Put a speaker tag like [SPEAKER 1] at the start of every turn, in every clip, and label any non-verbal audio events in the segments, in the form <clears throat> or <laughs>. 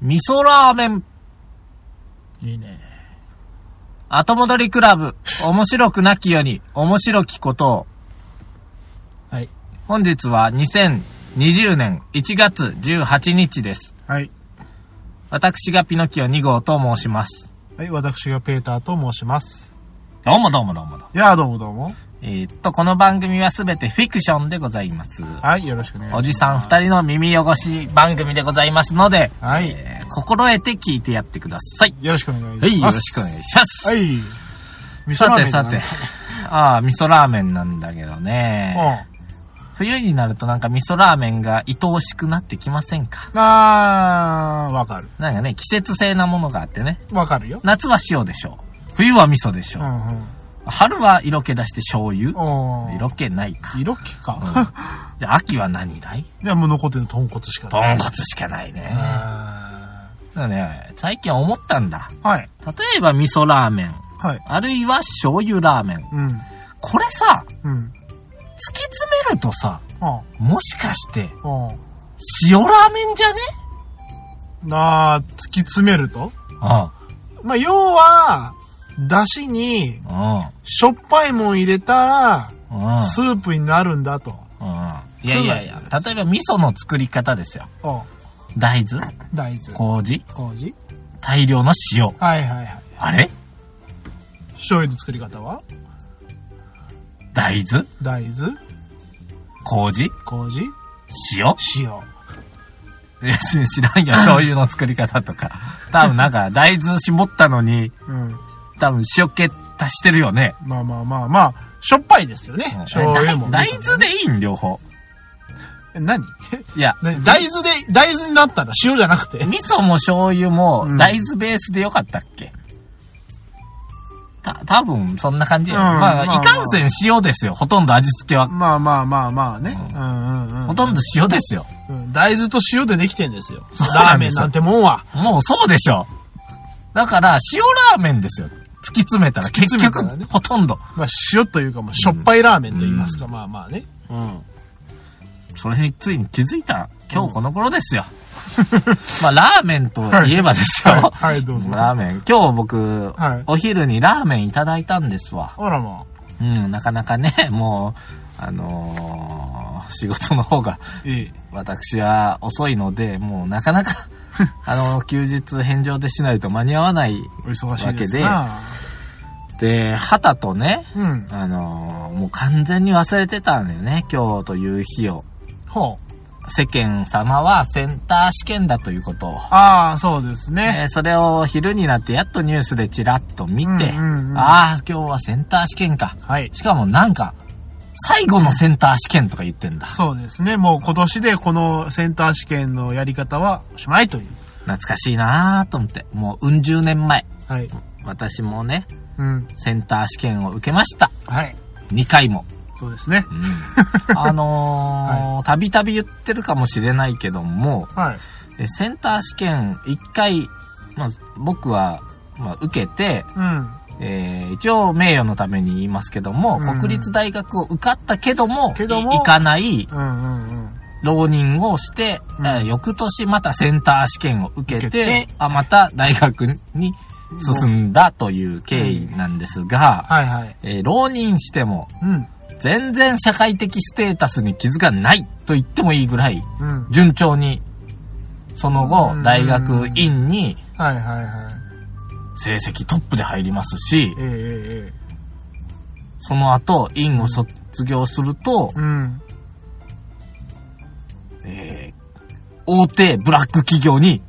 [SPEAKER 1] 味噌ラーメン、
[SPEAKER 2] いいね。
[SPEAKER 1] 後戻りクラブ、面白くなきより、面白きことを、
[SPEAKER 2] はい。
[SPEAKER 1] 本日は2020年1月18日です。
[SPEAKER 2] はい。
[SPEAKER 1] 私がピノキオ2号と申します。
[SPEAKER 2] はい、私がペーターと申します。
[SPEAKER 1] どうもどうもどうもどうも。
[SPEAKER 2] いやーどうもどうも。
[SPEAKER 1] えーっと、この番組はすべてフィクションでございます。
[SPEAKER 2] はい、よろしくね。
[SPEAKER 1] おじさん二人の耳汚し番組でございますので、
[SPEAKER 2] はい。
[SPEAKER 1] えー心得て聞いてやってください。
[SPEAKER 2] よろしくお願い
[SPEAKER 1] はい、
[SPEAKER 2] し
[SPEAKER 1] よ
[SPEAKER 2] ま
[SPEAKER 1] ろ
[SPEAKER 2] す。
[SPEAKER 1] しくお願いします。
[SPEAKER 2] はい。味噌
[SPEAKER 1] さ
[SPEAKER 2] ラーメ
[SPEAKER 1] て
[SPEAKER 2] ン
[SPEAKER 1] さて、ああ、味噌ラーメンなんだけどね。
[SPEAKER 2] なんだ。
[SPEAKER 1] 冬になるとなんか味噌ラーメンが愛おしくなってきませんか
[SPEAKER 2] うん。あー、わかる。
[SPEAKER 1] なんかね、季節性なものがあってね。
[SPEAKER 2] わかるよ。
[SPEAKER 1] 夏は塩でしょう。冬は味噌でしょ
[SPEAKER 2] う
[SPEAKER 1] う。
[SPEAKER 2] んうん。
[SPEAKER 1] 春は色気出して醤油。
[SPEAKER 2] おー。
[SPEAKER 1] 色気ないか。
[SPEAKER 2] 色気
[SPEAKER 1] うん
[SPEAKER 2] か。
[SPEAKER 1] じゃあ秋は何だい
[SPEAKER 2] <laughs> じゃあもう残ってるの豚骨しか
[SPEAKER 1] 豚
[SPEAKER 2] ない。
[SPEAKER 1] 骨しかないね。
[SPEAKER 2] あ
[SPEAKER 1] だからね、最近思ったんだ。
[SPEAKER 2] ーはい。
[SPEAKER 1] 例えば味噌ラーメン、
[SPEAKER 2] はい。
[SPEAKER 1] あるいは醤油ラーメン。
[SPEAKER 2] うん。
[SPEAKER 1] これさ、
[SPEAKER 2] うん。
[SPEAKER 1] 突き詰めるとさ、
[SPEAKER 2] あ
[SPEAKER 1] もしかして、
[SPEAKER 2] ー。あー。
[SPEAKER 1] 塩ラーメンじゃね
[SPEAKER 2] なー、突き詰めると
[SPEAKER 1] あ
[SPEAKER 2] まあ、要は、だしに、
[SPEAKER 1] あ、
[SPEAKER 2] しょっぱいもん入れたら、
[SPEAKER 1] うん、うん、うん。
[SPEAKER 2] スープになるんだと。
[SPEAKER 1] いやいやいや、例えば味噌の作り方ですよ。
[SPEAKER 2] お
[SPEAKER 1] 大豆、
[SPEAKER 2] 大豆。
[SPEAKER 1] 麹、
[SPEAKER 2] 麹
[SPEAKER 1] 大量の塩。
[SPEAKER 2] はいはいはい。
[SPEAKER 1] あれ
[SPEAKER 2] 醤油の作り方は
[SPEAKER 1] 大豆、
[SPEAKER 2] 大豆、
[SPEAKER 1] 麹、
[SPEAKER 2] 麹、
[SPEAKER 1] 塩 <laughs>
[SPEAKER 2] 塩。
[SPEAKER 1] いや知知ら
[SPEAKER 2] <laughs>
[SPEAKER 1] んよ、醤油の作り方とか。多分なんか、大豆絞ったのに、
[SPEAKER 2] うん。
[SPEAKER 1] 多分塩気足してるよね。
[SPEAKER 2] まあまあまあまあ、しょっぱいですよね。醤油も。
[SPEAKER 1] 大大豆でいいん、両方。
[SPEAKER 2] え何 <laughs>
[SPEAKER 1] いや、
[SPEAKER 2] 何大豆で、大豆になったんだ。塩じゃなくて。
[SPEAKER 1] 味噌も醤油も
[SPEAKER 2] うん
[SPEAKER 1] 大豆ベースでよかったっけ、た、多分そんな感じや、
[SPEAKER 2] うん
[SPEAKER 1] まあ、
[SPEAKER 2] まあ
[SPEAKER 1] いかんせん塩ですよ。ほとんど味付けは。
[SPEAKER 2] まあまあまあまあね。
[SPEAKER 1] う
[SPEAKER 2] うんうんうん。
[SPEAKER 1] ほとんど塩ですよ。
[SPEAKER 2] うん大豆と塩でできてんですよ。
[SPEAKER 1] そう
[SPEAKER 2] ラ
[SPEAKER 1] な
[SPEAKER 2] ー
[SPEAKER 1] ん
[SPEAKER 2] メ
[SPEAKER 1] で
[SPEAKER 2] ン
[SPEAKER 1] すよ
[SPEAKER 2] なんてもんは。
[SPEAKER 1] もうそうでしょ。だから、塩ラーメンですよ。突き詰めたら、
[SPEAKER 2] き
[SPEAKER 1] 結
[SPEAKER 2] 詰めた
[SPEAKER 1] 局
[SPEAKER 2] らね、
[SPEAKER 1] ほとんど。
[SPEAKER 2] まあ塩というか、まあしょっぱいラーメンと言いますか。まあまあね。うん。
[SPEAKER 1] それについに気づいた、今日この頃ですよ。まあ、ラーメンといえばですよ。
[SPEAKER 2] はいはい、どうぞ。
[SPEAKER 1] ラーメン。今日僕、
[SPEAKER 2] い
[SPEAKER 1] お昼にラーメンいただいたんですわ。
[SPEAKER 2] あらま
[SPEAKER 1] うん、なかなかね、 <laughs> もう、あのー仕事の方が、
[SPEAKER 2] あ。いい。
[SPEAKER 1] 私は遅いので、もうなかな
[SPEAKER 2] <laughs>
[SPEAKER 1] か、あの、休日返上でしないと間に合わない。
[SPEAKER 2] お忙しいです
[SPEAKER 1] わ
[SPEAKER 2] な。
[SPEAKER 1] で、旗とね、
[SPEAKER 2] うん。
[SPEAKER 1] あのーもう完全に忘れてたんだよね、今日という日を。
[SPEAKER 2] ほう。
[SPEAKER 1] 世間様はセンター試験だということを。
[SPEAKER 2] ああ、そうですね。
[SPEAKER 1] えーそれを昼になってやっとニュースでチラッと見て、
[SPEAKER 2] うんうんうん
[SPEAKER 1] ああ、今日はセンター試験か。
[SPEAKER 2] はい。
[SPEAKER 1] しかもなんか、最後のセンター試験とか言ってんだ。
[SPEAKER 2] そうですね。もう今年でこのセンター試験のやり方はおしまいという。
[SPEAKER 1] 懐かしいなーと思って。もううん十年前。
[SPEAKER 2] はい。
[SPEAKER 1] 私もね、
[SPEAKER 2] うん。
[SPEAKER 1] センター試験を受けました。
[SPEAKER 2] はい。
[SPEAKER 1] 2回も。
[SPEAKER 2] そうですね。 <laughs>
[SPEAKER 1] あのー、たびたび言ってるかもしれないけども、
[SPEAKER 2] はい。
[SPEAKER 1] えセンター試験1回、まあ、僕は、まあ、受けて、
[SPEAKER 2] うん。
[SPEAKER 1] えー一応名誉のために言いますけども、
[SPEAKER 2] うん
[SPEAKER 1] 国立大学を受かったけども、
[SPEAKER 2] けども
[SPEAKER 1] い行かない
[SPEAKER 2] うんうんうん。
[SPEAKER 1] 浪人をして、
[SPEAKER 2] うん
[SPEAKER 1] えー翌年またセンター試験を受けて、
[SPEAKER 2] 受けて
[SPEAKER 1] あまた大学に進んだという経緯なんですが、
[SPEAKER 2] はいはい。
[SPEAKER 1] えー浪人しても
[SPEAKER 2] うん。
[SPEAKER 1] 全然社会的ステータスに傷がないと言ってもいいぐらい
[SPEAKER 2] うん。
[SPEAKER 1] 順調に、その
[SPEAKER 2] う
[SPEAKER 1] 後
[SPEAKER 2] ん
[SPEAKER 1] 大学院に
[SPEAKER 2] はいはいはい。
[SPEAKER 1] 成績トップで入りますし
[SPEAKER 2] え、ええええ
[SPEAKER 1] その後院を卒業すると、
[SPEAKER 2] えうん。
[SPEAKER 1] えー大手ブラック企業に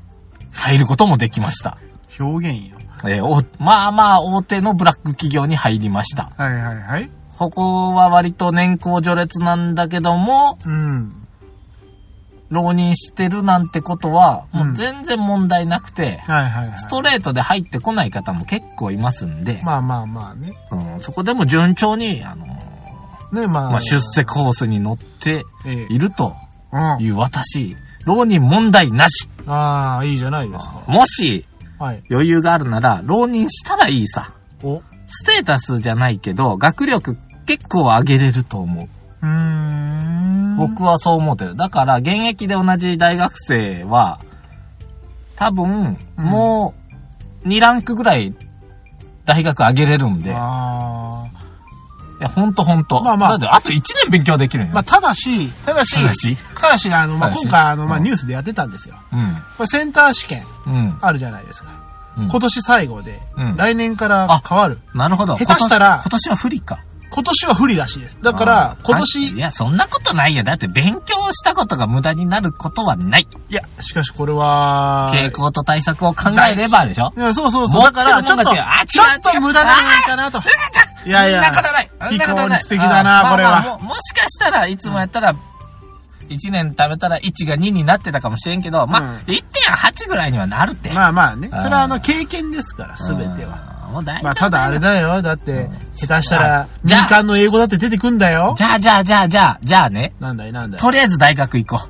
[SPEAKER 1] 入ることもできました。
[SPEAKER 2] 表現よ。
[SPEAKER 1] えーおまあまあ大手のブラック企業に入りました。
[SPEAKER 2] はいはいはい。
[SPEAKER 1] ここは割と年功序列なんだけども、
[SPEAKER 2] うん。
[SPEAKER 1] 浪人してるなんてことは、もうんう全然問題なくて、
[SPEAKER 2] はいはいはい。
[SPEAKER 1] ストレートで入ってこない方も結構いますんで、
[SPEAKER 2] まあまあまあね。
[SPEAKER 1] うん、そこでも順調に、あのー
[SPEAKER 2] ね、まあ。
[SPEAKER 1] まあ、出世コースに乗って
[SPEAKER 2] ええ
[SPEAKER 1] いると
[SPEAKER 2] う
[SPEAKER 1] いう私、浪人問題なし。
[SPEAKER 2] ん。ああ、いいじゃないですか。
[SPEAKER 1] もし
[SPEAKER 2] はい。
[SPEAKER 1] 余裕があるなら、浪人したらいいさ。
[SPEAKER 2] お。う
[SPEAKER 1] ステータスじゃないけど、学力結構上げれると思う。
[SPEAKER 2] ーん。
[SPEAKER 1] 僕はそう思ってる。だから、現役で同じ大学生は、多分、
[SPEAKER 2] うん
[SPEAKER 1] もう、2ランクぐらい、大学上げれるんで。い
[SPEAKER 2] あー
[SPEAKER 1] や、ほんとほんと。
[SPEAKER 2] まあまあ
[SPEAKER 1] だって、あと1年勉強できるんよ。
[SPEAKER 2] まあ、ただし、ただし、
[SPEAKER 1] ただし。
[SPEAKER 2] ただしあの、まあ、
[SPEAKER 1] ただし
[SPEAKER 2] 今回、あの、まあ、
[SPEAKER 1] うん
[SPEAKER 2] ニュースでやってたんですよ。
[SPEAKER 1] う
[SPEAKER 2] これセンター試験
[SPEAKER 1] ん。うん。
[SPEAKER 2] あるじゃないですか。
[SPEAKER 1] うん
[SPEAKER 2] 今年最後で、
[SPEAKER 1] うん
[SPEAKER 2] 来年から変わる。
[SPEAKER 1] なるほど。
[SPEAKER 2] 下手したら
[SPEAKER 1] 今年は不利か。
[SPEAKER 2] 今年は不利らしいです。だか
[SPEAKER 1] あ
[SPEAKER 2] ら
[SPEAKER 1] ー、
[SPEAKER 2] 今
[SPEAKER 1] あい
[SPEAKER 2] 年、
[SPEAKER 1] や、そんなことないよ。だって、勉強したことが無駄になることはない。
[SPEAKER 2] いや、しかしこれは、
[SPEAKER 1] 傾向と対策を考えればでしょ
[SPEAKER 2] いやそうそうそう。
[SPEAKER 1] 持っ
[SPEAKER 2] だ
[SPEAKER 1] て
[SPEAKER 2] か
[SPEAKER 1] るも
[SPEAKER 2] ら、
[SPEAKER 1] ん
[SPEAKER 2] ちょっ
[SPEAKER 1] が
[SPEAKER 2] と、
[SPEAKER 1] 違うあ違う
[SPEAKER 2] ちょっ
[SPEAKER 1] 違
[SPEAKER 2] と
[SPEAKER 1] う
[SPEAKER 2] 無駄なんじゃないかなと。いやいや
[SPEAKER 1] そんなことない。そんなことない。
[SPEAKER 2] 非効率的だな
[SPEAKER 1] あー
[SPEAKER 2] これは
[SPEAKER 1] まあまあも。もしかしたらいつもやったら、1年貯めたら1が2になってたかもしれんけど、まあ、
[SPEAKER 2] うん
[SPEAKER 1] 1.8ぐらいにはなるって。
[SPEAKER 2] まあまあね。
[SPEAKER 1] あー
[SPEAKER 2] それはあの、経験ですから、すべては。
[SPEAKER 1] は。もう大丈夫よ。
[SPEAKER 2] まあ、ただあれだよ。だって、下手したら、
[SPEAKER 1] じ
[SPEAKER 2] 民
[SPEAKER 1] ゃあ
[SPEAKER 2] 間の英語だって出てくんだよ
[SPEAKER 1] じ。ゃあじゃあじゃあじゃあ、じゃあね。
[SPEAKER 2] なんだいなんだい。
[SPEAKER 1] とりあえず大学行こう。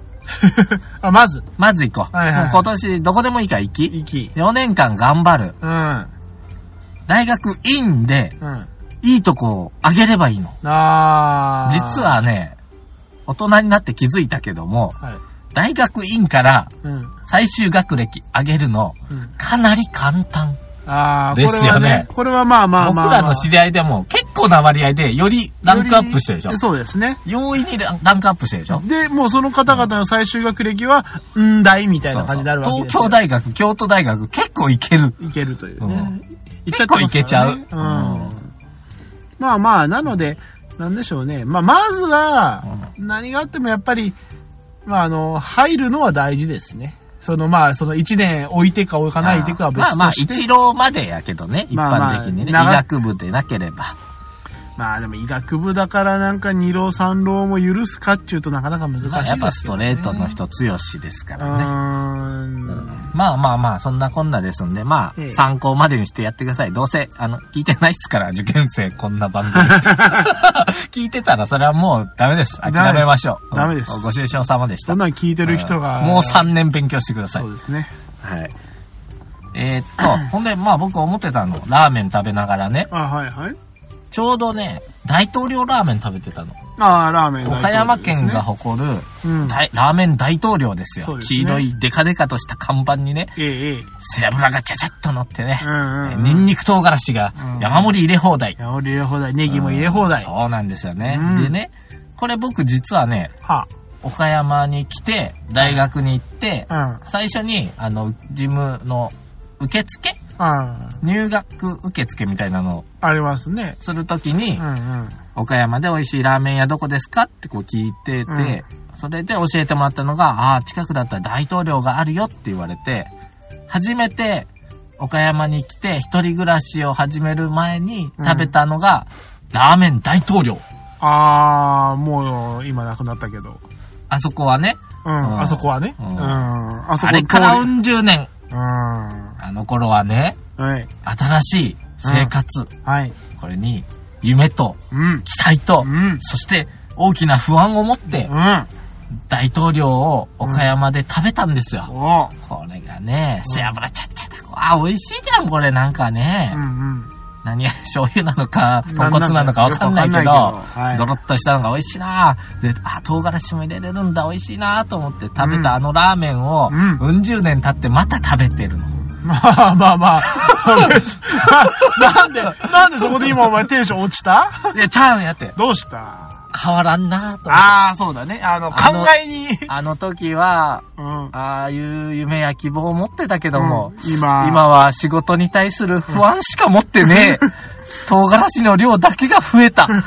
[SPEAKER 2] <laughs> あ、まず、
[SPEAKER 1] まず行こう。
[SPEAKER 2] はいはい
[SPEAKER 1] もう今年どこでもいいから行き。
[SPEAKER 2] 息。
[SPEAKER 1] 4年間頑張る。
[SPEAKER 2] うん。うん。
[SPEAKER 1] 大学院で、いいとこをあげればいいの。
[SPEAKER 2] あー
[SPEAKER 1] 実、はね、大人になって気づいたけども、
[SPEAKER 2] はい。
[SPEAKER 1] 大学院から
[SPEAKER 2] うん。う
[SPEAKER 1] 最終学歴上げるの、
[SPEAKER 2] ん。
[SPEAKER 1] かなり簡単。
[SPEAKER 2] ああ、こ
[SPEAKER 1] で
[SPEAKER 2] れ
[SPEAKER 1] すよ
[SPEAKER 2] は
[SPEAKER 1] ね
[SPEAKER 2] ね。これはまあまあまあ。
[SPEAKER 1] 僕らの知り合いでも結構な割合でよりランクアップしてるでしょ
[SPEAKER 2] よりそうですね。
[SPEAKER 1] 容易にランランクアップしてるでしょ
[SPEAKER 2] で、もうその方々の最終学歴は、うんだいみたいな感じになるわけです
[SPEAKER 1] 東京大
[SPEAKER 2] 大
[SPEAKER 1] 学、京都大学、結構いける。
[SPEAKER 2] いけるという
[SPEAKER 1] う
[SPEAKER 2] ね
[SPEAKER 1] ん。
[SPEAKER 2] いっ
[SPEAKER 1] 結構いけちゃう。
[SPEAKER 2] うん。まあまあ、なので、なんでしょうね。まあ、まずは、何があってもやっぱり、まああの、入るのは大事ですね。そのまあ、その1年置いてか置かないでかは別
[SPEAKER 1] まあまあ
[SPEAKER 2] と、して。
[SPEAKER 1] 一浪までやけどね、一
[SPEAKER 2] まあまあ
[SPEAKER 1] 般的にね。医
[SPEAKER 2] 長
[SPEAKER 1] 学部でなければ。
[SPEAKER 2] まあでも医学部だからなんか二浪三浪も許すかっていうとなかなか難しいです
[SPEAKER 1] ま
[SPEAKER 2] よ
[SPEAKER 1] あ
[SPEAKER 2] ね。
[SPEAKER 1] やっぱストレートの人強しですか
[SPEAKER 2] う
[SPEAKER 1] らね。
[SPEAKER 2] ーん。
[SPEAKER 1] まあまあまあ、そんなこんなですんで、ま
[SPEAKER 2] え
[SPEAKER 1] あ、
[SPEAKER 2] え
[SPEAKER 1] 参考までにしてやってください。どうせ、あの、聞いてないっすから、受験生、こんな番組。
[SPEAKER 2] <laughs>
[SPEAKER 1] 聞いてたら、それはもうダメです。諦めましょう。
[SPEAKER 2] ダメです
[SPEAKER 1] うんご愁傷様でし
[SPEAKER 2] そ
[SPEAKER 1] た
[SPEAKER 2] ん。なん聞いてる人が。
[SPEAKER 1] うんもう3年勉強してください
[SPEAKER 2] そ。うですね。
[SPEAKER 1] はい。えーっと、
[SPEAKER 2] <laughs>
[SPEAKER 1] ほんで、まあ僕思ってたの、ラーメン食べながらね、
[SPEAKER 2] あ、はいはい。
[SPEAKER 1] ちょうどね、大統領ラーメン食べてたの。
[SPEAKER 2] ああ、ラーメン大統領
[SPEAKER 1] 岡山
[SPEAKER 2] です
[SPEAKER 1] 県
[SPEAKER 2] ね
[SPEAKER 1] が、誇る、
[SPEAKER 2] うん。
[SPEAKER 1] 大ラーメン大統領ですよ。
[SPEAKER 2] そうですね
[SPEAKER 1] 黄色いデカデカとした看板にね、
[SPEAKER 2] ええ、ええ。
[SPEAKER 1] 背脂がちゃちゃっと乗ってね、
[SPEAKER 2] うんうん。
[SPEAKER 1] ニンニク唐辛子が
[SPEAKER 2] うん
[SPEAKER 1] 山盛り入れ放題。
[SPEAKER 2] や、入れ放題。ネギも入れ放題。は
[SPEAKER 1] そうなんですよね。
[SPEAKER 2] うん
[SPEAKER 1] でね、これ僕実はね、岡山に来て、大学に行って、
[SPEAKER 2] あ。
[SPEAKER 1] 最初に、あの、事務の受付
[SPEAKER 2] うん。うん。
[SPEAKER 1] 入学受付みたいなのを
[SPEAKER 2] ありますね。
[SPEAKER 1] するときに
[SPEAKER 2] う、んうん。
[SPEAKER 1] 岡山で美味しいラーメン屋どこですかってこう聞いてて、
[SPEAKER 2] うん
[SPEAKER 1] それで教えてもらったのが、ああー、近くだったら大統領があるよって言われて、初めて岡山に来て一人暮らしを始める前に食べたのが、ラーメン大統領。
[SPEAKER 2] ああ、もう、今なくなったけど。
[SPEAKER 1] あそこはね、
[SPEAKER 2] う
[SPEAKER 1] うん
[SPEAKER 2] ん。あそこはね。
[SPEAKER 1] う
[SPEAKER 2] うんん。あそこ
[SPEAKER 1] あれからうん十年。
[SPEAKER 2] うん。は
[SPEAKER 1] あの頃はね、
[SPEAKER 2] い。
[SPEAKER 1] 新しい生活、
[SPEAKER 2] はい。
[SPEAKER 1] これに夢と
[SPEAKER 2] うん。
[SPEAKER 1] 期待と、
[SPEAKER 2] うん。
[SPEAKER 1] そして大きな不安を持って
[SPEAKER 2] うん。
[SPEAKER 1] 大統領を岡山で食べたんですよ。
[SPEAKER 2] おう。
[SPEAKER 1] これがね、背脂ちゃっちゃだ。あ、美味しいじゃん、これなんかね。
[SPEAKER 2] うんうん。
[SPEAKER 1] 何や、醤油なのか、豚骨なのかわかんないけど、
[SPEAKER 2] よくわかんないけどはい
[SPEAKER 1] ドロッとしたのが美味しいなで、あ、唐辛子も入れれるんだ、美味しいなと思って食べ
[SPEAKER 2] うん
[SPEAKER 1] たあのラーメンを、う
[SPEAKER 2] うんん、
[SPEAKER 1] 十年経ってまた食べ <laughs> てるの。
[SPEAKER 2] まあまあまあ。ななんで、なんでそこで今お前テンション落ちた
[SPEAKER 1] いや、ちゃうんやって、
[SPEAKER 2] どうした
[SPEAKER 1] 変わらんなと思って。
[SPEAKER 2] ああ、そうだね。あの、考
[SPEAKER 1] あの
[SPEAKER 2] えに。
[SPEAKER 1] あの時は、
[SPEAKER 2] うん。
[SPEAKER 1] ああいう夢や希望を持ってたけども、
[SPEAKER 2] うん今、
[SPEAKER 1] 今は仕事に対する不安しか持ってねえ。 <laughs> 唐辛子の量だけが増えた。
[SPEAKER 2] <laughs>
[SPEAKER 1] でも、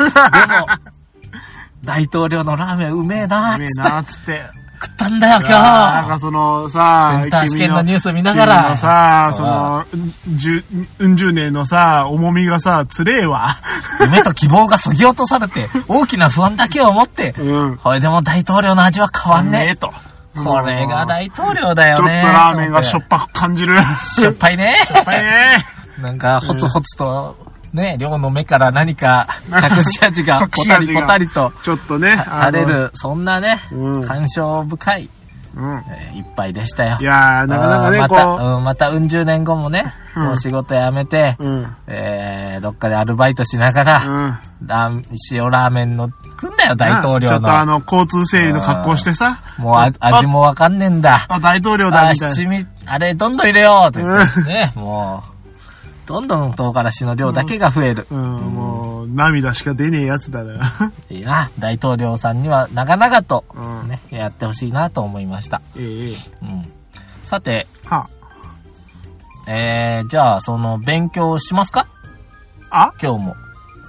[SPEAKER 1] 大統領のラーメンうめえな
[SPEAKER 2] う
[SPEAKER 1] ー
[SPEAKER 2] め
[SPEAKER 1] っ
[SPEAKER 2] え
[SPEAKER 1] つった
[SPEAKER 2] な、つって。
[SPEAKER 1] 食ったんだよ、
[SPEAKER 2] なん
[SPEAKER 1] 今
[SPEAKER 2] かそのさ
[SPEAKER 1] 日。セ、ンター試験のニュース見なが
[SPEAKER 2] 君
[SPEAKER 1] ら。
[SPEAKER 2] のさ、その、うん十、うん十年のさ、重みがさ、つれえわ。
[SPEAKER 1] 夢と希望がそぎ落とされて、大きな不安だけを持って、
[SPEAKER 2] うん。
[SPEAKER 1] これでも大統領の味は変わんね
[SPEAKER 2] と。
[SPEAKER 1] え。これが大統領だよね。
[SPEAKER 2] ちょっとラーメンがしょっぱく感じる。
[SPEAKER 1] しょっ <laughs> ぱいね。
[SPEAKER 2] ぱいね。
[SPEAKER 1] なんか、ほつほつと、ね、量の目から何
[SPEAKER 2] <laughs>
[SPEAKER 1] か隠し味が
[SPEAKER 2] 隠
[SPEAKER 1] ポ
[SPEAKER 2] し
[SPEAKER 1] タ
[SPEAKER 2] 味
[SPEAKER 1] リ
[SPEAKER 2] が
[SPEAKER 1] ポタリと
[SPEAKER 2] ちょっとね。
[SPEAKER 1] 垂
[SPEAKER 2] あ
[SPEAKER 1] れ
[SPEAKER 2] の。
[SPEAKER 1] る、そんなね、
[SPEAKER 2] うん
[SPEAKER 1] 感傷深い
[SPEAKER 2] うん。
[SPEAKER 1] えーいっぱいでしたよ
[SPEAKER 2] い。やー、なかなか
[SPEAKER 1] あー
[SPEAKER 2] ね、
[SPEAKER 1] また、
[SPEAKER 2] こ
[SPEAKER 1] うん、またうん十年後もね、
[SPEAKER 2] うん
[SPEAKER 1] もう仕事辞めて、
[SPEAKER 2] う。うん。
[SPEAKER 1] えー、どっかでアルバイトしながら、
[SPEAKER 2] うん。
[SPEAKER 1] ラーメン塩ラーメンの、食んだよ、大統領の。
[SPEAKER 2] ちょっとあの、交通整理の格好してさ、
[SPEAKER 1] もうあ味もわかんねえんだ。
[SPEAKER 2] あ、大統領だ
[SPEAKER 1] あー、
[SPEAKER 2] みたい
[SPEAKER 1] 七味、あれ、どんどん入れようって言ってね、もう、どんどん唐辛子の量だけが増える。
[SPEAKER 2] な。うん、もう、涙しか出ねえやつだな。
[SPEAKER 1] いいな、大統領さんには長々と、
[SPEAKER 2] うん。
[SPEAKER 1] ね、やってほしいなと思いました。
[SPEAKER 2] <laughs> ええ
[SPEAKER 1] うん。さて、
[SPEAKER 2] は
[SPEAKER 1] えー、じゃあ、その、勉強しますか
[SPEAKER 2] あ、あ
[SPEAKER 1] 今日も。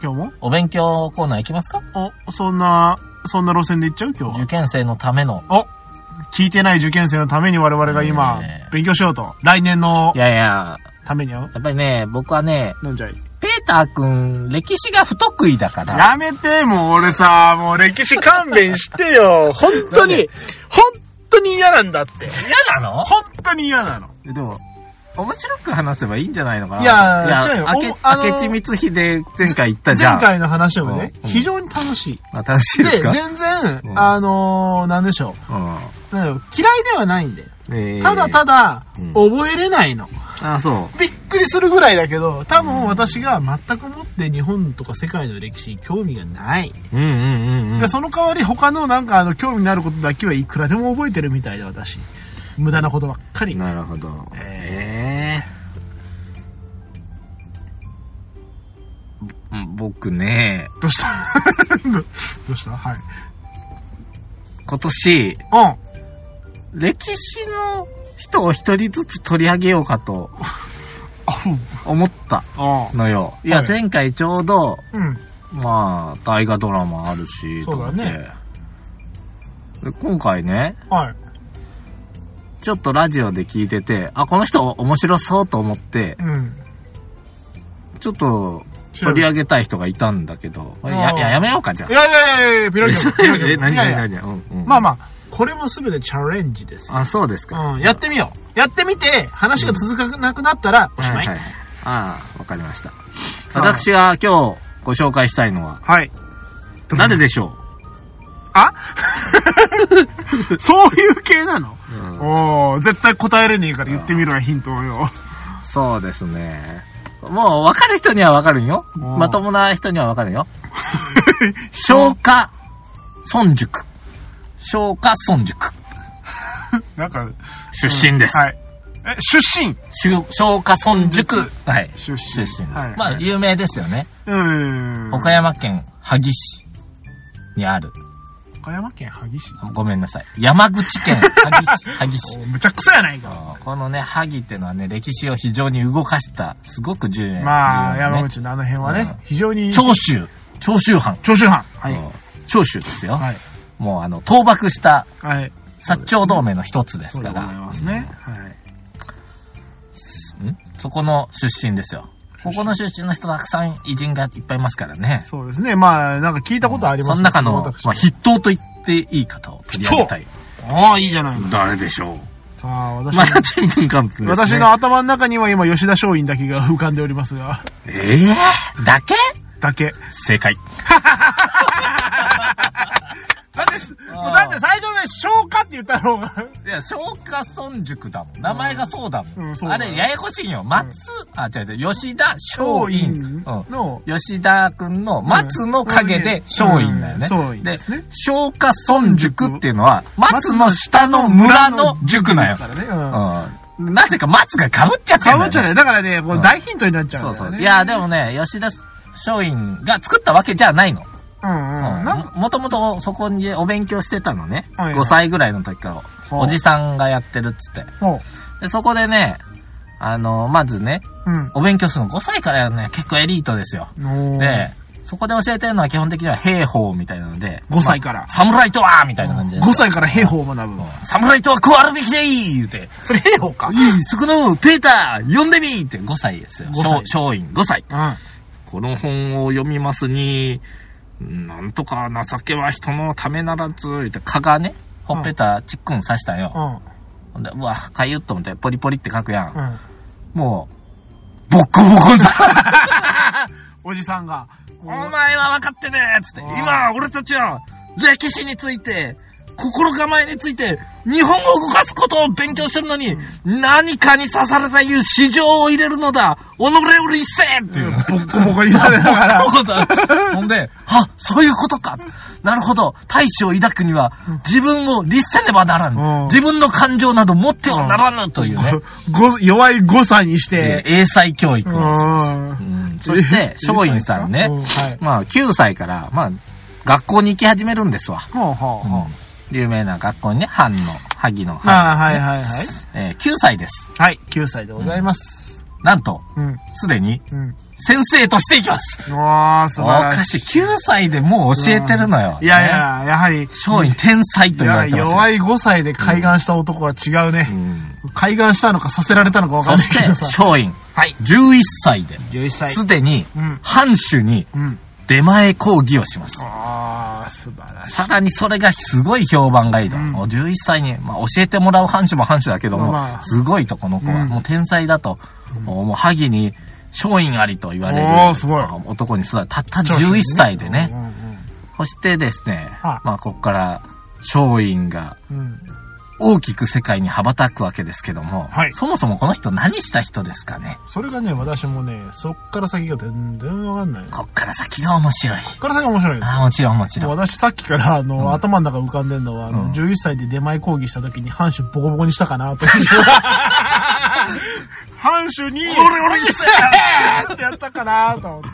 [SPEAKER 2] 今日
[SPEAKER 1] お勉強コーナー行きますか
[SPEAKER 2] もお、そんな、そんな路線で行っちゃう今
[SPEAKER 1] 受
[SPEAKER 2] 日は。
[SPEAKER 1] 験生のための。
[SPEAKER 2] お聞いてない受験生のために我々が今
[SPEAKER 1] ねえ、
[SPEAKER 2] 勉強しようと。来年の
[SPEAKER 1] いやいや、
[SPEAKER 2] ためによ。
[SPEAKER 1] やっぱりね、僕はね、
[SPEAKER 2] なんじゃい。
[SPEAKER 1] ペーターくん、歴史が不得意だから。
[SPEAKER 2] やめて、もう俺さ、もう歴史勘弁し
[SPEAKER 1] <laughs>
[SPEAKER 2] てよ。本
[SPEAKER 1] な
[SPEAKER 2] 当
[SPEAKER 1] ん
[SPEAKER 2] に、本当に嫌なんだって。
[SPEAKER 1] 嫌なの
[SPEAKER 2] 本当に嫌なの。
[SPEAKER 1] でも、面白く話せばいいんじゃないのかない
[SPEAKER 2] や違うよ
[SPEAKER 1] 明け
[SPEAKER 2] おあの
[SPEAKER 1] 明智光秀前回言ったじゃん。
[SPEAKER 2] 前回の話をね、
[SPEAKER 1] うん
[SPEAKER 2] 非常に楽しい。
[SPEAKER 1] あ楽しい
[SPEAKER 2] で
[SPEAKER 1] です、か
[SPEAKER 2] 全然、
[SPEAKER 1] うん
[SPEAKER 2] あのーなんでしょう。なんだろう嫌いではないんだよ。
[SPEAKER 1] うんえー
[SPEAKER 2] ただただ、
[SPEAKER 1] うん
[SPEAKER 2] 覚えれないの。
[SPEAKER 1] あ、そう。
[SPEAKER 2] びっくりするぐらいだけど、多分私が全くもって日本とか世界の歴史に興味がない。
[SPEAKER 1] うんうんうんうん
[SPEAKER 2] で、。その代わり他のなんかあの、興味のあることだけはいくらでも覚えてるみたいで、私。無駄なことばっかり。
[SPEAKER 1] なるほど。ええー。ぼ僕ね、
[SPEAKER 2] ど
[SPEAKER 1] <laughs>
[SPEAKER 2] うしたどどうしたはい。
[SPEAKER 1] 今年、
[SPEAKER 2] うん。
[SPEAKER 1] 歴史の人を一人ずつ取り上げようかと
[SPEAKER 2] <laughs> あふん
[SPEAKER 1] 思った
[SPEAKER 2] あ
[SPEAKER 1] のよ。いや
[SPEAKER 2] は、い
[SPEAKER 1] 前回ちょうど、
[SPEAKER 2] うん。
[SPEAKER 1] まあ、大河ドラマあるし、
[SPEAKER 2] そうだ
[SPEAKER 1] と思
[SPEAKER 2] ね
[SPEAKER 1] ってで今回ね、
[SPEAKER 2] はい。
[SPEAKER 1] ちょっとラジオで聞いてて、あ、この人面白そうと思って、
[SPEAKER 2] うん。
[SPEAKER 1] ちょっと
[SPEAKER 2] 調べ
[SPEAKER 1] 取り上げたい人がいたんだけど、
[SPEAKER 2] あー
[SPEAKER 1] や、ややめようか、じゃ
[SPEAKER 2] いやいやいやいや、ピ
[SPEAKER 1] あ。
[SPEAKER 2] ロリオ。ピロ
[SPEAKER 1] <laughs>
[SPEAKER 2] リ
[SPEAKER 1] え
[SPEAKER 2] オ
[SPEAKER 1] 何
[SPEAKER 2] いやいや
[SPEAKER 1] 何何うんうん
[SPEAKER 2] まあまあ、これも全てチャレンジですよ。
[SPEAKER 1] あ、そうですか。
[SPEAKER 2] うん、やってみよう。やってみて、話が続かなくなったら、おしまい。
[SPEAKER 1] はいはいはいああ、わかりました。
[SPEAKER 2] さあ
[SPEAKER 1] 私が今日ご紹介したいのは、
[SPEAKER 2] はい。
[SPEAKER 1] 誰でしょ
[SPEAKER 2] あそういう系なの
[SPEAKER 1] う、うん
[SPEAKER 2] おー、絶対答えれねえから言ってみろよ、ヒントをよ。
[SPEAKER 1] そうですね。もう分かる人には分かるんよ。
[SPEAKER 2] うん
[SPEAKER 1] まともな人には分かるんよ。消化孫塾。消化孫塾。
[SPEAKER 2] なんか、
[SPEAKER 1] 出身です。
[SPEAKER 2] はい。え、出身
[SPEAKER 1] しゅ消化孫塾。はい。
[SPEAKER 2] 出身
[SPEAKER 1] 出身です。
[SPEAKER 2] はい
[SPEAKER 1] まあ、有名ですよね。
[SPEAKER 2] うーん。
[SPEAKER 1] 岡山県萩市にある。
[SPEAKER 2] 岡山県萩市。
[SPEAKER 1] ごめんなさい。山口県萩市。 <laughs> 萩市
[SPEAKER 2] お。むちゃくそやないか。
[SPEAKER 1] あーこのね、萩ってのはね、歴史を非常に動かした、すごく重要
[SPEAKER 2] まあ、
[SPEAKER 1] 重要な
[SPEAKER 2] 山
[SPEAKER 1] ね。
[SPEAKER 2] 口のあの辺は
[SPEAKER 1] う
[SPEAKER 2] ね
[SPEAKER 1] ん、
[SPEAKER 2] 非常に。
[SPEAKER 1] 長州。長州藩。
[SPEAKER 2] 長州藩。は
[SPEAKER 1] あ
[SPEAKER 2] い。
[SPEAKER 1] の長州ですよ。
[SPEAKER 2] はい。
[SPEAKER 1] もうあの、倒幕した
[SPEAKER 2] はい。
[SPEAKER 1] 薩長同盟の一つです
[SPEAKER 2] そう
[SPEAKER 1] か
[SPEAKER 2] で
[SPEAKER 1] ら。
[SPEAKER 2] ございますね。はい。
[SPEAKER 1] んそこの出身ですよ。ここの出身の人たくさん偉人がいっぱいいますからね。
[SPEAKER 2] そうですね。まあ、なんか聞いたことありま
[SPEAKER 1] そ
[SPEAKER 2] す
[SPEAKER 1] の中の、
[SPEAKER 2] 私
[SPEAKER 1] まあ、筆頭と言っていい方を取り上げたい。
[SPEAKER 2] ああ、いいじゃないの。
[SPEAKER 1] 誰でしょう
[SPEAKER 2] さあ、私
[SPEAKER 1] ま
[SPEAKER 2] の、
[SPEAKER 1] だちんぷんかんぷんです、
[SPEAKER 2] 私
[SPEAKER 1] ね。
[SPEAKER 2] の。頭の中には今、吉田松陰だけが浮かんでおりますが、
[SPEAKER 1] ええだけ
[SPEAKER 2] だけ。
[SPEAKER 1] 正解。
[SPEAKER 2] だって、だって最初のね、消化って言った方が、
[SPEAKER 1] いや、松下村塾だもん。名前がそうだもん。
[SPEAKER 2] うんそうだ
[SPEAKER 1] あ
[SPEAKER 2] よ
[SPEAKER 1] れ、ややこしいんよ。松、あ、違う違う、吉田松陰。うん。
[SPEAKER 2] の、
[SPEAKER 1] 吉田くんの松の影で松陰だよね。
[SPEAKER 2] うん松陰
[SPEAKER 1] で
[SPEAKER 2] ですね、
[SPEAKER 1] 松下村塾っていうのは、松の下の村の塾なん
[SPEAKER 2] で
[SPEAKER 1] よ
[SPEAKER 2] すか。らね。
[SPEAKER 1] うん。なぜか松が被っちゃって
[SPEAKER 2] か
[SPEAKER 1] んだ
[SPEAKER 2] ぼ
[SPEAKER 1] よ、
[SPEAKER 2] ちゃ
[SPEAKER 1] ね。
[SPEAKER 2] ね、だからね、こ
[SPEAKER 1] う
[SPEAKER 2] うん大ヒントになっちゃう
[SPEAKER 1] そ
[SPEAKER 2] ん
[SPEAKER 1] う
[SPEAKER 2] だ
[SPEAKER 1] そ
[SPEAKER 2] よね。
[SPEAKER 1] う。いや、でもね、吉田松陰が作ったわけじゃないの。
[SPEAKER 2] うんうん。
[SPEAKER 1] うん
[SPEAKER 2] なんか、
[SPEAKER 1] ももともとそこにお勉強してたのね。
[SPEAKER 2] はいはい
[SPEAKER 1] 5歳ぐらいの時から、おじさんがやってるっつって。
[SPEAKER 2] ほ
[SPEAKER 1] で、そこでね、あの、まずね、
[SPEAKER 2] う。うん。
[SPEAKER 1] お勉強するの5歳からね、結構エリートですよ。
[SPEAKER 2] おー
[SPEAKER 1] で、そこで教えてるのは基本的には兵法みたいなので、
[SPEAKER 2] 5歳から
[SPEAKER 1] まあ侍とはみたいな感じで。
[SPEAKER 2] 5歳から兵法を学ぶの。
[SPEAKER 1] 侍とはこうあるべきでいい言うて、
[SPEAKER 2] それ兵法か。
[SPEAKER 1] いい、そこの、ペーター、読んでみーって5歳ですよ。
[SPEAKER 2] 5歳
[SPEAKER 1] 松松陰5歳。
[SPEAKER 2] うん。
[SPEAKER 1] この本を読みますに、なんとか情けは人のためならず、言って、蚊がね、ほっぺたちっくん刺したんよ。
[SPEAKER 2] うん。
[SPEAKER 1] ほんで、うわ、かゆっと思って、ポリポリって書くやん。
[SPEAKER 2] うん。 <laughs>
[SPEAKER 1] もう、ボッコボコにさ、
[SPEAKER 2] おじさんが。
[SPEAKER 1] お前は分かってねえっつって、
[SPEAKER 2] うん
[SPEAKER 1] 今、俺たちは、歴史について、心構えについて、日本語を動かすことを勉強してるのに、何かに刺されたいう市場を入れるのだ己を律せっていう。
[SPEAKER 2] ボッコボコにされながら。
[SPEAKER 1] そうだ。
[SPEAKER 2] <laughs>
[SPEAKER 1] ほんで、あ、そういうことか。なるほど。大志を抱くには、自分を律せねばなら
[SPEAKER 2] うん
[SPEAKER 1] ん。自分の感情など持ってはならぬというね。
[SPEAKER 2] ご弱い誤差にし
[SPEAKER 1] え
[SPEAKER 2] て。
[SPEAKER 1] ー英才教育
[SPEAKER 2] う
[SPEAKER 1] をします。
[SPEAKER 2] ん
[SPEAKER 1] うんそ
[SPEAKER 2] <laughs>
[SPEAKER 1] して、松陰さんね
[SPEAKER 2] うんはい、
[SPEAKER 1] まあ9歳から、まあ学校に行き始めるんですわ。
[SPEAKER 2] ほうほうほう。
[SPEAKER 1] 有名な学校にね、藩の、萩の藩、
[SPEAKER 2] ああ、はいはいはい。
[SPEAKER 1] えー9歳です。
[SPEAKER 2] はい、9歳でございます。
[SPEAKER 1] なんと、
[SPEAKER 2] うん。
[SPEAKER 1] すでに
[SPEAKER 2] うん。
[SPEAKER 1] 先生としていきます。
[SPEAKER 2] うわあ、素
[SPEAKER 1] お
[SPEAKER 2] 晴ら
[SPEAKER 1] か
[SPEAKER 2] し
[SPEAKER 1] しい。9歳でもう教えてるのよ。
[SPEAKER 2] い。いやい
[SPEAKER 1] ね
[SPEAKER 2] や、やはり、
[SPEAKER 1] 松陰天才と言われてますよ
[SPEAKER 2] 弱い5歳で開眼した男は違うね。
[SPEAKER 1] うん
[SPEAKER 2] 開眼したのかさせられたのかわかん
[SPEAKER 1] そし
[SPEAKER 2] ない
[SPEAKER 1] て
[SPEAKER 2] けどさ。
[SPEAKER 1] 松陰
[SPEAKER 2] はい。
[SPEAKER 1] 11歳で
[SPEAKER 2] 11歳。
[SPEAKER 1] すでに
[SPEAKER 2] うん
[SPEAKER 1] 藩主に
[SPEAKER 2] うん。
[SPEAKER 1] 出前講義をします
[SPEAKER 2] ああ、素晴らしい。
[SPEAKER 1] さらにそれがすごい評判がいいと、もう11歳に、まあ、教えてもらう藩主も藩主だけども、
[SPEAKER 2] まあ
[SPEAKER 1] すごいとこの子は、
[SPEAKER 2] うん
[SPEAKER 1] もう天才だと、もう萩に松陰ありと言われる
[SPEAKER 2] おーすごい
[SPEAKER 1] まあ男に育てたった11歳でね、
[SPEAKER 2] うん
[SPEAKER 1] そしてですね、
[SPEAKER 2] はい
[SPEAKER 1] まあここから松陰が
[SPEAKER 2] うんうん。うん
[SPEAKER 1] 大きく世界に羽ばたくわけですけども、
[SPEAKER 2] はい
[SPEAKER 1] そもそもこの人何した人ですかね
[SPEAKER 2] それがね、私もね、そっから先が全然わかんない。こ
[SPEAKER 1] こっから先が面白い。
[SPEAKER 2] っから先が面白いです。
[SPEAKER 1] ああ、もちろんもち
[SPEAKER 2] もう
[SPEAKER 1] ろん。
[SPEAKER 2] 私さっきから、あの、頭の中浮かんでるのは、あの、
[SPEAKER 1] うん
[SPEAKER 2] 11歳で出前講義した時に藩主ボコボコにしたかなと思って。藩主に、
[SPEAKER 1] 俺俺に <laughs> した
[SPEAKER 2] ってやったかなと思って。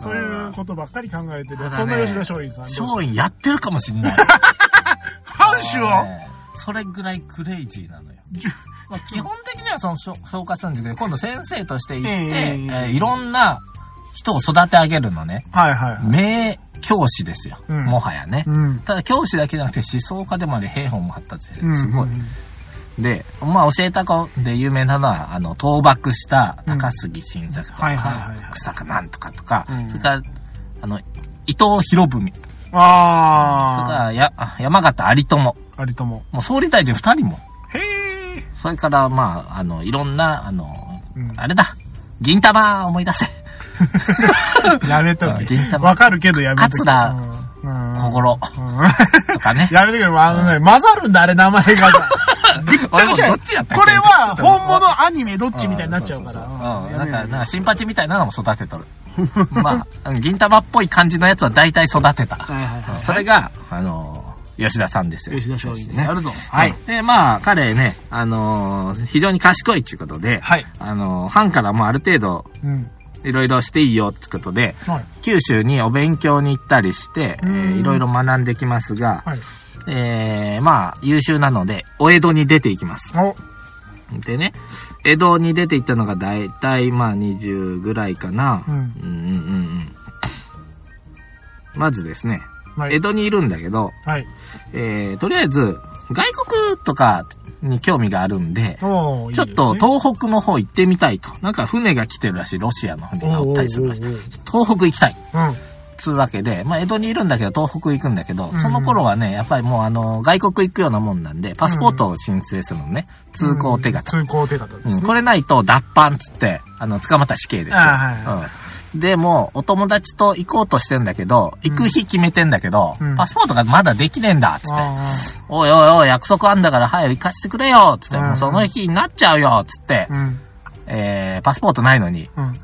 [SPEAKER 2] そういうことばっかり考えてる。
[SPEAKER 1] ただね
[SPEAKER 2] そんな吉田松陰さんです
[SPEAKER 1] 松。陰やってるかもしんない。
[SPEAKER 2] 藩主を
[SPEAKER 1] ねそれぐらいクレイジーなのよ。まあ、基本的にはその消消化するんだけど、今度先生として行って、
[SPEAKER 2] え
[SPEAKER 1] え
[SPEAKER 2] え
[SPEAKER 1] ーいろんな人を育て上げるのね。
[SPEAKER 2] はいはいはい。
[SPEAKER 1] 名教師ですよ。
[SPEAKER 2] うん
[SPEAKER 1] もはやね。
[SPEAKER 2] うん。
[SPEAKER 1] ただ教師だけじゃなくて思想家でもあり兵法も発達して
[SPEAKER 2] う
[SPEAKER 1] る
[SPEAKER 2] ん
[SPEAKER 1] すごい。で、まあ教えた子で有名なのは、あの、倒幕した高杉晋作と
[SPEAKER 2] うんはいはい
[SPEAKER 1] か
[SPEAKER 2] はいはい、
[SPEAKER 1] 草加なんとかとか、
[SPEAKER 2] うん
[SPEAKER 1] それから、あの、伊藤博文、それか
[SPEAKER 2] あ
[SPEAKER 1] らやあ山形有友、も
[SPEAKER 2] あ。有友。
[SPEAKER 1] う総理大臣二人も、
[SPEAKER 2] へえ。
[SPEAKER 1] それから、まあ、あの、いろんな、あの、
[SPEAKER 2] うん
[SPEAKER 1] あれだ、銀玉思い
[SPEAKER 2] <laughs>
[SPEAKER 1] 出せ。
[SPEAKER 2] やめと
[SPEAKER 1] うん
[SPEAKER 2] け
[SPEAKER 1] 銀。魂
[SPEAKER 2] わかるけどやめとけ。
[SPEAKER 1] 桂
[SPEAKER 2] うん。うん
[SPEAKER 1] 小五郎
[SPEAKER 2] うん。
[SPEAKER 1] とかね
[SPEAKER 2] <laughs> やめてくれ、あのね、混ざるんだ、あれ、名前がさ。ぐっちゃぐち
[SPEAKER 1] 俺
[SPEAKER 2] ゃ
[SPEAKER 1] も
[SPEAKER 2] や。
[SPEAKER 1] どっちやったっけ
[SPEAKER 2] これは、本物、アニメ、どっちみたいになっちゃうか
[SPEAKER 1] そ
[SPEAKER 2] ら。
[SPEAKER 1] そそううん。
[SPEAKER 2] や
[SPEAKER 1] な
[SPEAKER 2] め
[SPEAKER 1] ん
[SPEAKER 2] て
[SPEAKER 1] か、なんか、新八みたいなのも育てとる。まあ、銀玉っぽい感じのやつは大体育てた。
[SPEAKER 2] はいはいは
[SPEAKER 1] それが、あの、吉田さんですよ。
[SPEAKER 2] い。吉田松陰
[SPEAKER 1] ね
[SPEAKER 2] ね。やるぞ。はい。。
[SPEAKER 1] で、まあ、彼ね、あのー非常に賢いっていうことで、
[SPEAKER 2] はい。
[SPEAKER 1] あのー、藩からもある程度、
[SPEAKER 2] うん。
[SPEAKER 1] いろいろしていいよってことで、
[SPEAKER 2] はい。
[SPEAKER 1] 九州にお勉強に行ったりして、え
[SPEAKER 2] うん
[SPEAKER 1] ーいろいろ学んできますが、
[SPEAKER 2] はい。
[SPEAKER 1] えーまあ、優秀なので、お江戸に出ていきます。
[SPEAKER 2] お、
[SPEAKER 1] でね、江戸に出て行ったのが大体、まあ、20ぐらいかな。
[SPEAKER 2] うん
[SPEAKER 1] うんうんうんまずですね、
[SPEAKER 2] は
[SPEAKER 1] 江
[SPEAKER 2] い。
[SPEAKER 1] 戸にいるんだけど、
[SPEAKER 2] はい。
[SPEAKER 1] えーとりあえず、外国とかに興味があるんで、
[SPEAKER 2] おー
[SPEAKER 1] ちょっと、東北の方行ってみたいと。なんか船が来てるらしい、ロシアの船がおったりするらしい。
[SPEAKER 2] おうおうおう
[SPEAKER 1] 東北行きたい。
[SPEAKER 2] おう
[SPEAKER 1] つうわけで、まあ、江戸にいるんだけど、東北行くんだけど
[SPEAKER 2] ん、
[SPEAKER 1] その頃はね、やっぱりもう、あの、外国行くようなもんなんで、パスポートを申請するのね。
[SPEAKER 2] うん。
[SPEAKER 1] 通行手形。
[SPEAKER 2] 通行手形で
[SPEAKER 1] う
[SPEAKER 2] す
[SPEAKER 1] ん、
[SPEAKER 2] ね。
[SPEAKER 1] これないと、脱藩っつって、あの、捕まったら死刑ですよ。
[SPEAKER 2] あーは
[SPEAKER 1] うん、でも、お友達と行こうとしてんだけど、行く日決めてんだけど、
[SPEAKER 2] うん
[SPEAKER 1] パスポートがまだできねえんだ、っつって。
[SPEAKER 2] あ
[SPEAKER 1] おいおいおい、約束あんだから早く行かせてくれよ、っつって。
[SPEAKER 2] うん
[SPEAKER 1] もうその日になっちゃうよ、っつって
[SPEAKER 2] ー。うん。
[SPEAKER 1] えー、パスポートないのに、
[SPEAKER 2] うん。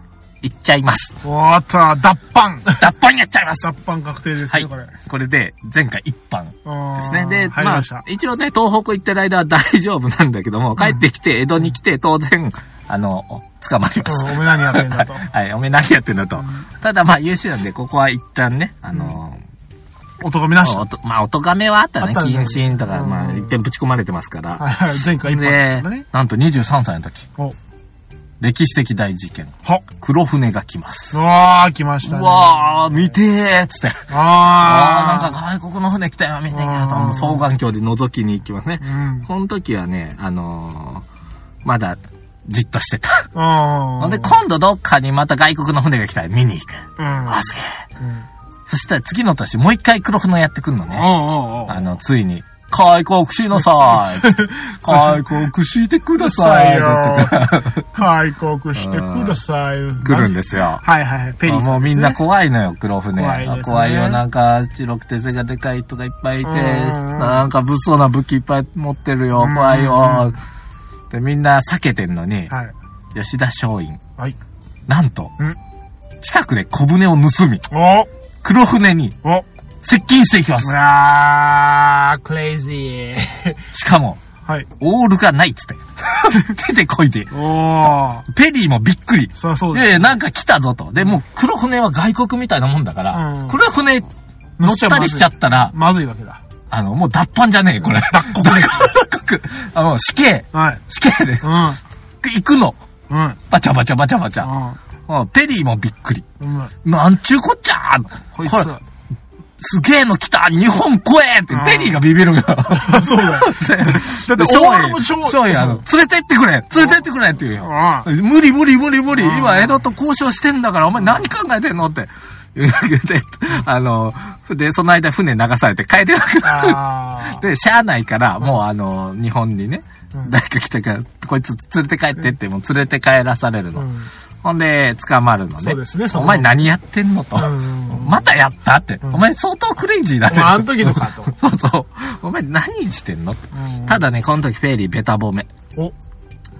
[SPEAKER 1] 行っちゃいます。
[SPEAKER 2] おーっと、脱藩
[SPEAKER 1] 脱藩やっちゃいます
[SPEAKER 2] 脱藩確定です
[SPEAKER 1] は
[SPEAKER 2] ね、
[SPEAKER 1] い
[SPEAKER 2] これ。。
[SPEAKER 1] これで、前回一班。
[SPEAKER 2] で
[SPEAKER 1] ですね。で、
[SPEAKER 2] 入り
[SPEAKER 1] まあ
[SPEAKER 2] ました。、
[SPEAKER 1] 一応ね、東北行ってる間は大丈夫なんだけども、帰ってきて、江戸に来て、当然、あの、捕まりま
[SPEAKER 2] うん
[SPEAKER 1] す。
[SPEAKER 2] おめ何やってん
[SPEAKER 1] <laughs>
[SPEAKER 2] だと。
[SPEAKER 1] はい、おめえ何やってんだと。ただまあ優秀なんで、ここは一旦ね、あの、
[SPEAKER 2] 男目なし。
[SPEAKER 1] おとまあ、おとがめはあった
[SPEAKER 2] あっ
[SPEAKER 1] ね。
[SPEAKER 2] たんだけど
[SPEAKER 1] 謹慎とか、
[SPEAKER 2] うん
[SPEAKER 1] まあ、一遍ぶち込まれてますから。
[SPEAKER 2] はいはい。前回一本です
[SPEAKER 1] で
[SPEAKER 2] からね。、
[SPEAKER 1] なんと23歳の時、
[SPEAKER 2] お、
[SPEAKER 1] 歴史的大事件、
[SPEAKER 2] は
[SPEAKER 1] 黒船が来ます。
[SPEAKER 2] うわー、来まし
[SPEAKER 1] う
[SPEAKER 2] たね。
[SPEAKER 1] わー、見てーっつって。あ
[SPEAKER 2] あ
[SPEAKER 1] ー、なん
[SPEAKER 2] か、
[SPEAKER 1] か外国の船来たよ、見てきたと。もう双眼鏡で覗きに行きますね。
[SPEAKER 2] うん。
[SPEAKER 1] この時はね、あのーまだ、じっとしてた。
[SPEAKER 2] あ
[SPEAKER 1] ほんで、今度どっかにまた外国の船が来たら見に行く。
[SPEAKER 2] うん。
[SPEAKER 1] あ、すげえ。
[SPEAKER 2] うん。
[SPEAKER 1] そしたら次の年、もう一回黒船やってくんのね。
[SPEAKER 2] おうおうおう
[SPEAKER 1] あの、ついに、開国しなさ <laughs> い。開国してください。って
[SPEAKER 2] 開国してください。
[SPEAKER 1] <laughs> 来るんですよ。
[SPEAKER 2] はいはいはい。ペリーさん、
[SPEAKER 1] もうみんな怖いのよ、黒船。
[SPEAKER 2] 怖いです
[SPEAKER 1] 怖
[SPEAKER 2] ね
[SPEAKER 1] いよ、なんか、白くて背がでかい人がいっぱいいて、
[SPEAKER 2] うん
[SPEAKER 1] なんか物騒な武器いっぱい持ってるよ
[SPEAKER 2] う、ん
[SPEAKER 1] 怖いよ。で、みんな避けてんのに、
[SPEAKER 2] はい。
[SPEAKER 1] 吉田松陰、
[SPEAKER 2] はい。
[SPEAKER 1] なんと
[SPEAKER 2] うん、
[SPEAKER 1] 近くで小舟を盗み、黒船に
[SPEAKER 2] おお
[SPEAKER 1] 接近していきま
[SPEAKER 2] う
[SPEAKER 1] す。
[SPEAKER 2] わー、クレイジー。 <laughs>
[SPEAKER 1] しかも、
[SPEAKER 2] はい。
[SPEAKER 1] オールがないっつって。 <laughs> 出てこいで。
[SPEAKER 2] おー。
[SPEAKER 1] ペリーもびっくり。
[SPEAKER 2] そりゃそうです。
[SPEAKER 1] で、なんか来たぞと。で、もう黒船は外国みたいなもんだから、
[SPEAKER 2] うん
[SPEAKER 1] 黒船乗ったりしちゃったら、
[SPEAKER 2] まずいわけだ。
[SPEAKER 1] あの、もう脱藩じゃねえ、これ。脱国。脱国。 <laughs> あの、死刑。
[SPEAKER 2] はい。
[SPEAKER 1] 死刑で
[SPEAKER 2] う
[SPEAKER 1] 行くの。
[SPEAKER 2] ん。うん。
[SPEAKER 1] バチャバチャバチャバチャ。うんペリーもびっくり。
[SPEAKER 2] うん。うん。
[SPEAKER 1] なんちゅうこっちゃー
[SPEAKER 2] こいつ。
[SPEAKER 1] ほらすげえの来た日本来えって
[SPEAKER 2] うん、
[SPEAKER 1] ペリーがビビるよ。だって、
[SPEAKER 2] <laughs> そ
[SPEAKER 1] <laughs>
[SPEAKER 2] うだよ。だって
[SPEAKER 1] 松
[SPEAKER 2] オールも
[SPEAKER 1] 陰
[SPEAKER 2] 超
[SPEAKER 1] 松陰あの、連れてってくれ連れてってくれって言うよ。
[SPEAKER 2] う
[SPEAKER 1] 無理無理無理無理、
[SPEAKER 2] うん
[SPEAKER 1] 今江戸と交渉してんだから、お前何考えてんのって。言うわけで、あの、で、その間船流されて帰れなく
[SPEAKER 2] ん。
[SPEAKER 1] なる。
[SPEAKER 2] <laughs> あー。
[SPEAKER 1] で、しゃあないから、もうあの、日本にね、
[SPEAKER 2] うん
[SPEAKER 1] 誰か来たから、こいつ連れて帰ってって、もう連れて帰らされる
[SPEAKER 2] う
[SPEAKER 1] の。
[SPEAKER 2] ん。
[SPEAKER 1] ほんで、捕まるのね。
[SPEAKER 2] そうですねそ
[SPEAKER 1] お
[SPEAKER 2] の
[SPEAKER 1] 前何やってんのと。
[SPEAKER 2] <laughs> うん
[SPEAKER 1] またやったって。
[SPEAKER 2] ん
[SPEAKER 1] お前相当クレイジーだね。
[SPEAKER 2] まああの時のかと
[SPEAKER 1] そうそう。お前何してんの
[SPEAKER 2] うん
[SPEAKER 1] ただね、この時フェリーベタ褒め。
[SPEAKER 2] お。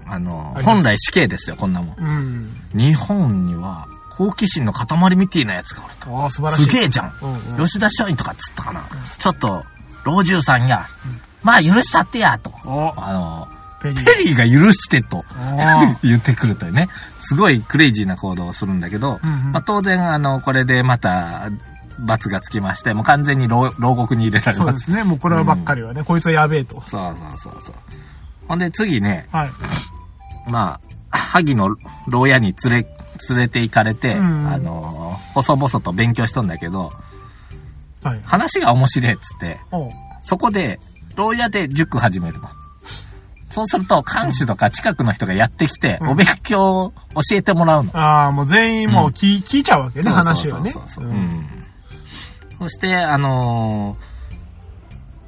[SPEAKER 1] あの
[SPEAKER 2] あ、ります
[SPEAKER 1] 本来死刑ですよ、こんなもん。
[SPEAKER 2] うん。
[SPEAKER 1] 日本には好奇心の塊みてえなやつがおると。
[SPEAKER 2] おー、素晴らしい。
[SPEAKER 1] すげえじゃん。
[SPEAKER 2] うんうん
[SPEAKER 1] 吉田松陰とかっつったかな。ちょっと、老中さんや、まあ許したってや、と。
[SPEAKER 2] お、
[SPEAKER 1] あの、
[SPEAKER 2] ペリー。
[SPEAKER 1] ペリーが許してと
[SPEAKER 2] あ
[SPEAKER 1] <laughs> 言ってくるというね、すごいクレイジーな行動をするんだけど、
[SPEAKER 2] うんうん
[SPEAKER 1] まあ、当然、あの、これでまた、罰がつきまして、もう完全に牢牢獄に入れられ
[SPEAKER 2] そう
[SPEAKER 1] ま。
[SPEAKER 2] です
[SPEAKER 1] <laughs>
[SPEAKER 2] すね。もうこればっかりはね、こいつはやべえと。
[SPEAKER 1] そうそうそうそう。ほんで次ね、
[SPEAKER 2] はい。
[SPEAKER 1] まあ、萩の牢屋に連れ、連れて行かれて、
[SPEAKER 2] うん
[SPEAKER 1] あの、細々と勉強しとんだけど、
[SPEAKER 2] はい。
[SPEAKER 1] 話が面白いっつって、
[SPEAKER 2] おう
[SPEAKER 1] そこで、牢屋で塾始めるの。そうすると、看守とか近くの人がやってきて、
[SPEAKER 2] うん
[SPEAKER 1] お勉強を教えてもらうの。
[SPEAKER 2] ああ、もう全員もう聞,、聞いちゃうわけね、話をね。
[SPEAKER 1] そうそうそうそうう、
[SPEAKER 2] ん
[SPEAKER 1] うんそして、あの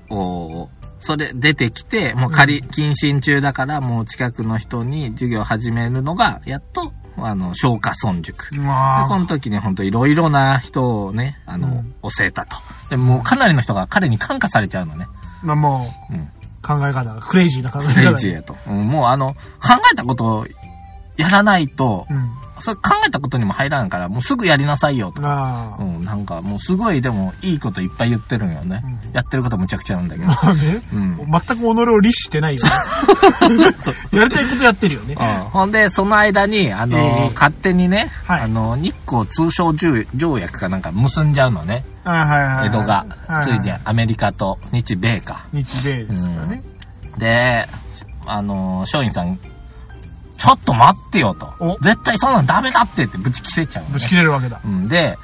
[SPEAKER 1] ーおーそれ出てきて、もう仮、謹慎中だから、もう近くの人に授業を始めるのが、やっと、あの、松下村塾。
[SPEAKER 2] うわ
[SPEAKER 1] でこ
[SPEAKER 2] ー
[SPEAKER 1] の時に本当いろいろな人をね、あの、
[SPEAKER 2] うん
[SPEAKER 1] 教えたと。でもうかなりの人が彼に感化されちゃうのね。
[SPEAKER 2] まあもう、
[SPEAKER 1] うん。
[SPEAKER 2] 考え方がクレイジーな考え方
[SPEAKER 1] ク
[SPEAKER 2] だ
[SPEAKER 1] レ
[SPEAKER 2] ね
[SPEAKER 1] イジーやと。うんもうあの、考えたことをやらないと
[SPEAKER 2] う、ん。
[SPEAKER 1] それ考えたことにも入らんから、もうすぐやりなさいよと。
[SPEAKER 2] あ
[SPEAKER 1] う
[SPEAKER 2] あ。
[SPEAKER 1] ん、なんかもうすごいでもいいこといっぱい言ってるんよね。
[SPEAKER 2] うん
[SPEAKER 1] やってることむちゃくちゃなんだ
[SPEAKER 2] <laughs>
[SPEAKER 1] けど。
[SPEAKER 2] まあね、
[SPEAKER 1] うん。
[SPEAKER 2] 全く己を律してない
[SPEAKER 1] <laughs>
[SPEAKER 2] よね。やりたいことやってるよね。
[SPEAKER 1] ほんで、その間に、あの、
[SPEAKER 2] ええ
[SPEAKER 1] 勝手にね、
[SPEAKER 2] はい
[SPEAKER 1] あの、日光通商条約かなんか結んじゃうのね。
[SPEAKER 2] ああはいはいはい。
[SPEAKER 1] 江戸が
[SPEAKER 2] は。
[SPEAKER 1] ついにアメリカと日米か。
[SPEAKER 2] 日米ですからね。
[SPEAKER 1] で、あの、松陰さん、ちょっと待ってよと
[SPEAKER 2] お。
[SPEAKER 1] 絶対そんなんダメだってってぶち切れちゃうのね、
[SPEAKER 2] ぶち切れるわけだ。
[SPEAKER 1] うんで、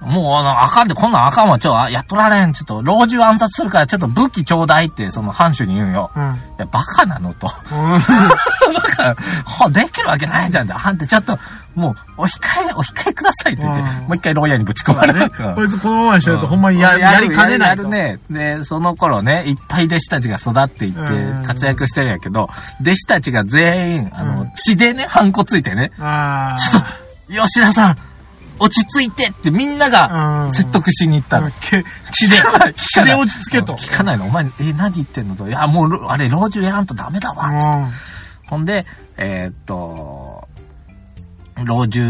[SPEAKER 1] もうあの、あかんで、こんなんあかんわ、ちょ、あやっとられん、ちょっと、老中暗殺するから、ちょっと武器ちょうだいって、その藩主に言うんよ。
[SPEAKER 2] うん。うん。
[SPEAKER 1] いや、バカなのと。 <laughs> バカ、ほ、できるわけないじゃんって、あんたちょっと、もう、お控え、お控えくださいって言って、
[SPEAKER 2] うん
[SPEAKER 1] もう一回牢屋にぶち込まれる。うん
[SPEAKER 2] こいつこのままにしてると、ほんまにや,、
[SPEAKER 1] う
[SPEAKER 2] やりかねない
[SPEAKER 1] や
[SPEAKER 2] と。
[SPEAKER 1] るやるね。で、その頃ね、いっぱい弟子たちが育っていって
[SPEAKER 2] うん、
[SPEAKER 1] 活躍してるんやけど、弟子たちが全員、あの、
[SPEAKER 2] うん
[SPEAKER 1] 血でね、ハンコついてね、
[SPEAKER 2] ああ。
[SPEAKER 1] ちょっと、吉田さん、落ち着いてってみんな
[SPEAKER 2] う
[SPEAKER 1] が
[SPEAKER 2] ん
[SPEAKER 1] 説得しに行ったの。、
[SPEAKER 2] け <laughs> 血で血で落ち着けと。
[SPEAKER 1] 聞かないの。お前、え、何言ってんのと。いや、もうろ、あれ、老中やらんとダメだわ。つってほんで、えーっと、老中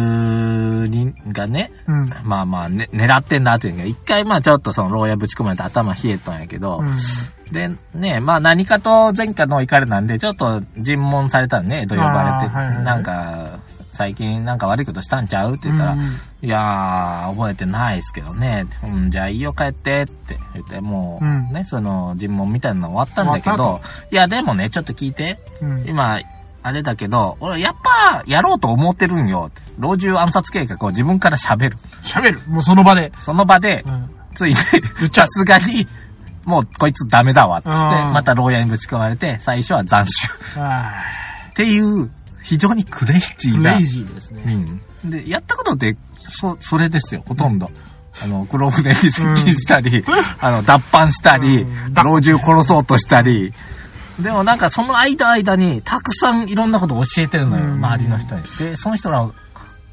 [SPEAKER 1] にがね、
[SPEAKER 2] うん。うん。
[SPEAKER 1] まあまあ、ね、狙ってんなっていうのが、一回まあちょっとその牢屋ぶち込まれて頭冷えたんやけど、
[SPEAKER 2] う
[SPEAKER 1] で、ね、まあ何かと前科の怒りなんで、ちょっと尋問されたんね、と呼ばれ
[SPEAKER 2] あ
[SPEAKER 1] て、
[SPEAKER 2] ーはいはいはい
[SPEAKER 1] なんか、最近なんか悪いことしたんちゃうって言ったら、
[SPEAKER 2] うん
[SPEAKER 1] いやー、覚えてないですけどね、うん、じゃあいいよ帰ってって言って、もう、
[SPEAKER 2] うん
[SPEAKER 1] ね、その尋問みたいなの終わったんだけ
[SPEAKER 2] 終わ
[SPEAKER 1] ど、いやでもね、ちょっと聞いて、
[SPEAKER 2] ん。うん。
[SPEAKER 1] 今、あれだけど、俺やっぱやろうと思ってるんよって。老中暗殺計画を自分から喋る。
[SPEAKER 2] 喋る。もうその場で。
[SPEAKER 1] その場で
[SPEAKER 2] う、ん。
[SPEAKER 1] つい
[SPEAKER 2] 言
[SPEAKER 1] て、
[SPEAKER 2] っちゃ
[SPEAKER 1] さ
[SPEAKER 2] う
[SPEAKER 1] すがに、もうこいつダメだわ、つって、
[SPEAKER 2] うん
[SPEAKER 1] また牢屋にぶち込まれて、最初は斬首。
[SPEAKER 2] あ
[SPEAKER 1] っていう、非常にクレイジ
[SPEAKER 2] ー
[SPEAKER 1] ー
[SPEAKER 2] ク
[SPEAKER 1] な。
[SPEAKER 2] レイジーですね。
[SPEAKER 1] うん。で、やったことって、そ、それですよ、ほとんど。あの、黒船に接近したり、あの、脱藩したり
[SPEAKER 2] うん、
[SPEAKER 1] 老中殺そうとしたり、でもなんかその間間にたくさんいろんなことを教えてるのよ、
[SPEAKER 2] うん
[SPEAKER 1] 周りの人に。で、その人らを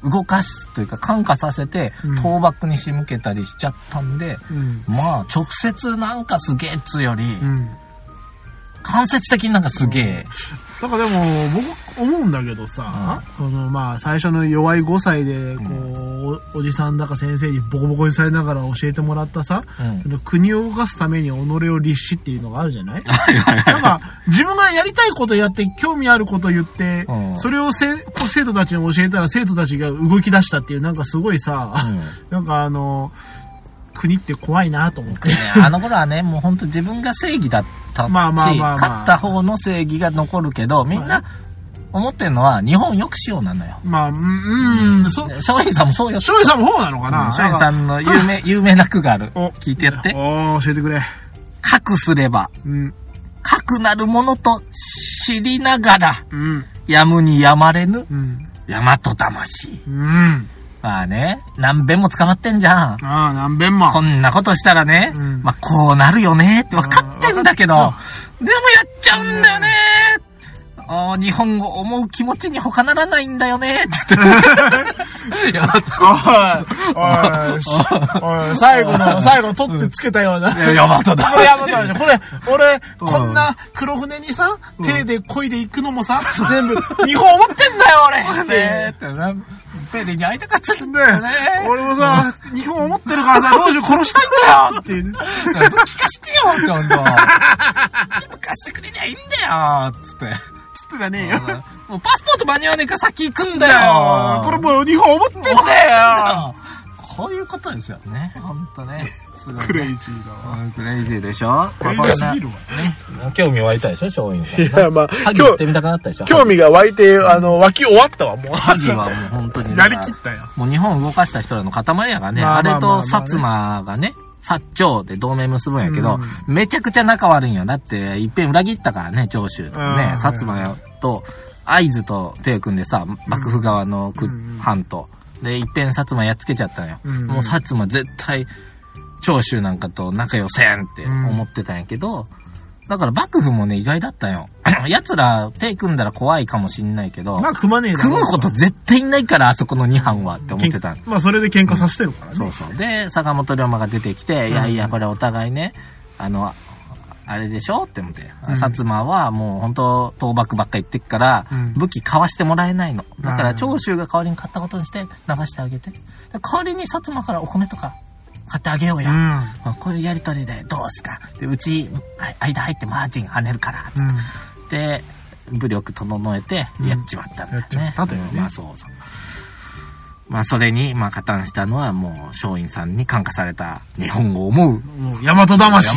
[SPEAKER 1] 動かすというか感化させて
[SPEAKER 2] うん、
[SPEAKER 1] 倒幕に仕向けたりしちゃったんで、
[SPEAKER 2] うん。
[SPEAKER 1] まあ直接なんかすげえっつうより
[SPEAKER 2] う、ん。
[SPEAKER 1] 間接的になんかすげえ、
[SPEAKER 2] なんかでも、僕、思うんだけどさ、その、まあ、最初の弱い5歳で、こう、おおじさんだか先生にボコボコにされながら教えてもらったさ、
[SPEAKER 1] うん
[SPEAKER 2] その国を動かすために己を律しっていうのがあるじゃない
[SPEAKER 1] はいはい
[SPEAKER 2] なん
[SPEAKER 1] は
[SPEAKER 2] か、自分がやりたいことやって、興味あること言って、
[SPEAKER 1] うん
[SPEAKER 2] それをせこう生徒たちに教えたら、生徒たちが動き出したっていう、なんかすごいさ、
[SPEAKER 1] い。うん
[SPEAKER 2] なんかあの、国って怖いなと思 <laughs> って。
[SPEAKER 1] ねあの頃はね、もう本当自分が正義だったし、
[SPEAKER 2] まあまあまあまあ
[SPEAKER 1] 勝った方の正義が残るけど、みん
[SPEAKER 2] まあ
[SPEAKER 1] な思ってるのは日本よくしようなのよ。
[SPEAKER 2] まあ、うん、うん、そう、
[SPEAKER 1] 松陰さんもそうよ。
[SPEAKER 2] 松陰さんの方なのかな
[SPEAKER 1] 松陰さんの有名、有名な句がある。
[SPEAKER 2] お
[SPEAKER 1] 聞いてやって。
[SPEAKER 2] おー教えてくれ。
[SPEAKER 1] 核すれば、
[SPEAKER 2] うん、
[SPEAKER 1] 核なるものと知りながら、
[SPEAKER 2] うん、
[SPEAKER 1] やむにやまれぬ、
[SPEAKER 2] うん、
[SPEAKER 1] 大和魂。
[SPEAKER 2] うん。
[SPEAKER 1] まあね、何べんも捕まってんじゃん。
[SPEAKER 2] ああ、何遍も
[SPEAKER 1] こ。んなことしたらね、
[SPEAKER 2] うん
[SPEAKER 1] まあこうなるよねって分かってんだけど、で
[SPEAKER 2] うん
[SPEAKER 1] もやっちゃうんだよねあー日本を思う気持ちに他ならないんだよ
[SPEAKER 2] <laughs>
[SPEAKER 1] ねって言って。いや
[SPEAKER 2] おい、お <laughs> いし、おい、最後の、最後取ってつけたような。
[SPEAKER 1] いや、ヤマトだ。
[SPEAKER 2] これやばかったでしょこれ、俺、こんな黒船にさ、
[SPEAKER 1] ん
[SPEAKER 2] 手で漕いでいくのもさ、全部、日本思ってんだよ、俺
[SPEAKER 1] ねえってな、ペリーに会いたかったんだよね。
[SPEAKER 2] 俺もさ、日本思ってるからさ、老女殺したいんだよっていうね。
[SPEAKER 1] 武器化してよ
[SPEAKER 2] <laughs>
[SPEAKER 1] ってほんと。武器化してくれりゃいいんだよつって。
[SPEAKER 2] つってたねえよ。
[SPEAKER 1] もうパスポート間に合わねえから先行くんだよ
[SPEAKER 2] これもう日本思ってんだよ
[SPEAKER 1] こういうことですよね。ほんとね。すごいね
[SPEAKER 2] <laughs> クレイジーだわ。
[SPEAKER 1] うんクレイジーでしょ
[SPEAKER 2] クレイジーすぎるわ。
[SPEAKER 1] 興味湧いたでしょ松陰さん。
[SPEAKER 2] いや、まあ、
[SPEAKER 1] 萩行ってみたくなったでしょ
[SPEAKER 2] 味が湧いて、あの、湧き終わったわ、もう。
[SPEAKER 1] 萩はもう本当に。
[SPEAKER 2] <laughs> やりきったよ。
[SPEAKER 1] もう日本を動かした人らの塊やがね、
[SPEAKER 2] まあ
[SPEAKER 1] あ
[SPEAKER 2] まあ
[SPEAKER 1] れ
[SPEAKER 2] まあまあね
[SPEAKER 1] と薩摩がね、薩長で同盟結ぶんやけど、
[SPEAKER 2] う
[SPEAKER 1] めちゃくちゃ仲悪いんよ。だって、いっぺん裏切ったからね、長州とかね
[SPEAKER 2] うん、
[SPEAKER 1] 薩摩と、会津と手組んでさ、幕府側のく
[SPEAKER 2] うん
[SPEAKER 1] 藩と。で、いっぺん薩摩やっつけちゃったのよ。
[SPEAKER 2] うん
[SPEAKER 1] もう薩摩絶対、長州なんかと仲良せんって思ってたんやけど、だから幕府もね、意外だったんよ。 <clears throat> 奴ら手組んだら怖いかもしんないけど、
[SPEAKER 2] まあ、組まねえだろ
[SPEAKER 1] 組むこと絶対いないから、あそこの2班はって思ってた。
[SPEAKER 2] 喧まあ、それで喧嘩させてるから
[SPEAKER 1] そ
[SPEAKER 2] ね。
[SPEAKER 1] うそう。で、坂本龍馬が出てきて、いやいや、これお互いね、あの、あれでしょって思って。
[SPEAKER 2] うん
[SPEAKER 1] 薩摩はもう本当倒幕ばっか言ってっから、
[SPEAKER 2] うん
[SPEAKER 1] 武器買わしてもらえないの。だか
[SPEAKER 2] う
[SPEAKER 1] ら
[SPEAKER 2] ん
[SPEAKER 1] 長州が代わりに買ったことにして流してあげて。で代わりに薩摩からお米とか買ってあげよう
[SPEAKER 2] う
[SPEAKER 1] や。
[SPEAKER 2] ん。
[SPEAKER 1] まあこういうやりとりでどうすか。で、うち、あ間入ってマージン跳ねるから、つ
[SPEAKER 2] う
[SPEAKER 1] っ
[SPEAKER 2] ん。
[SPEAKER 1] て、武力整えて、
[SPEAKER 2] うん
[SPEAKER 1] やっちまったんだよね。
[SPEAKER 2] やっちまったんだよね
[SPEAKER 1] うんまあそうそう。まあそれに、まあ加担したのはもう、松陰さんに感化された日本を思う、
[SPEAKER 2] もう、大和魂。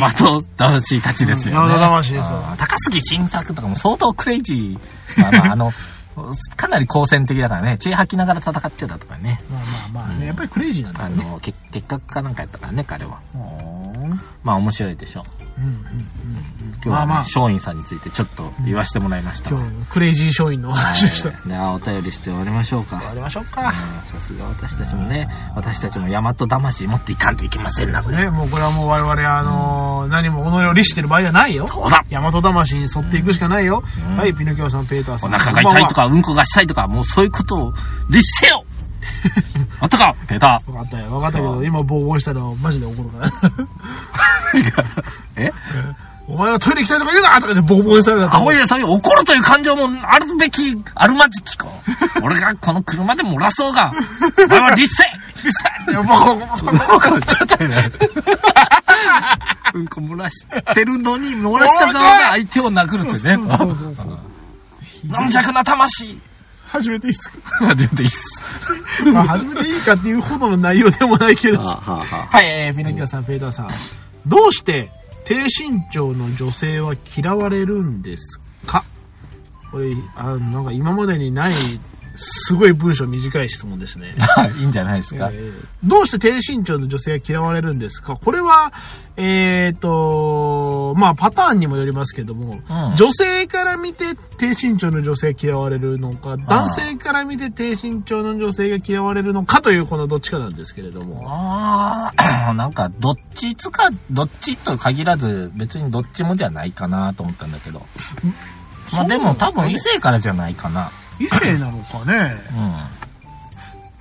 [SPEAKER 1] 大和魂たちですよね。
[SPEAKER 2] うん大和魂ですよ
[SPEAKER 1] あー高杉晋作とかも相当クレイジー。まあまあ、あの、 <laughs> かなり好戦的だからね、血吐きながら戦ってたとかね。
[SPEAKER 2] まあまあまあね、やっぱりクレイジーなんだ
[SPEAKER 1] あ
[SPEAKER 2] よね。
[SPEAKER 1] の、け結核かなんかやったからね、彼は。まあ面白いでしょう。
[SPEAKER 2] うんうん
[SPEAKER 1] 今日はね、
[SPEAKER 2] まあまあ
[SPEAKER 1] 松陰さんについてちょっと言わせてもらいました。
[SPEAKER 2] 今日、クレイジー松陰のお話でした。終
[SPEAKER 1] はいではお便りして終わりましょうか。
[SPEAKER 2] わりましょうか。
[SPEAKER 1] うんさすが私たちもね、私たちも大和魂持っていかんといけませんな、これ。
[SPEAKER 2] ね、もうこれはもう我々、あのー何も己を律してる場合じゃないよ。
[SPEAKER 1] そうだ
[SPEAKER 2] 大和魂に沿っていくしかないよ。
[SPEAKER 1] うん
[SPEAKER 2] はい、ピノキオさん、ペーター
[SPEAKER 1] お
[SPEAKER 2] さん。
[SPEAKER 1] 腹が痛いとか、うんこがしたいとか、もうそういうことを律せよあったかペータ
[SPEAKER 2] 分かったよ、分かったけど、今防音したらマジで怒るから。
[SPEAKER 1] ーえ
[SPEAKER 2] お前はトイレ行きたいとか言うなとかでボコボコにされた
[SPEAKER 1] あ
[SPEAKER 2] ら
[SPEAKER 1] ほいでそういう怒るという感情もあるべき、あるまじきか。俺がこの車で漏らそうが、お前は律せ律せ
[SPEAKER 2] ボコボコボコ
[SPEAKER 1] もうこっちゃったよね。うんこ漏らしてるのに、漏らした側が相手を殴るってね。
[SPEAKER 2] そうそうそう。
[SPEAKER 1] 軟弱な魂
[SPEAKER 2] 初めていいっすか
[SPEAKER 1] が出ていいっす。
[SPEAKER 2] まあ、初めていいかっていうほどの内容でもないけど。
[SPEAKER 1] は
[SPEAKER 2] は、
[SPEAKER 1] ははい
[SPEAKER 2] えー、ミノキオさん、フェーダーさん。どうして低身長の女性は嫌われるんですかこれ、あの、なんか今までにないすごい文章短い質問ですね。
[SPEAKER 1] いいんじゃないですか。
[SPEAKER 2] えーどうして低身長の女性が嫌われるんですかこれは、えっ、と、まあパターンにもよりますけども、
[SPEAKER 1] ん
[SPEAKER 2] 女性から見て低身長の女性が嫌われるのか、男性から見て低身長の女性が嫌われるのかというこのどっちかなんですけれども。
[SPEAKER 1] ああ、なんか、どっちつか、どっちと限らず、別にどっちもじゃないかなと思ったんだけど。まあでも多分異性からじゃないかな。
[SPEAKER 2] 異性なのか <laughs> ね
[SPEAKER 1] う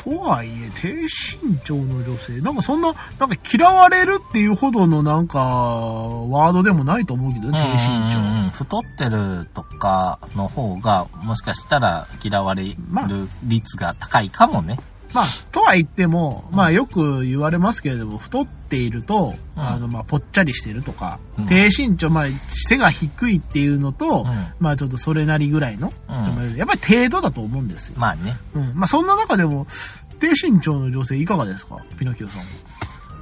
[SPEAKER 2] とはいえ、低身長の女性、なんかそんな、なんか嫌われるっていうほどのなんか、ワードでもないと思うけど
[SPEAKER 1] ん。
[SPEAKER 2] ね、低身長。
[SPEAKER 1] うんうんうん太ってるとかの方が、もしかしたら嫌われる
[SPEAKER 2] まあ
[SPEAKER 1] 率が高いかもね。
[SPEAKER 2] まあ、とは言っても、まあよく言われますけれども、太っていると、
[SPEAKER 1] うん
[SPEAKER 2] あの、まあ、ぽっちゃりしてるとか、
[SPEAKER 1] うん
[SPEAKER 2] 低身長、まあ、背が低いっていうのと、
[SPEAKER 1] うん
[SPEAKER 2] まあちょっとそれなりぐらいの、
[SPEAKER 1] ん
[SPEAKER 2] やっぱり程度だと思うんですよ。
[SPEAKER 1] まあね。
[SPEAKER 2] うん。まあそんな中でも、低身長の女性いかがですかピノキオさんは。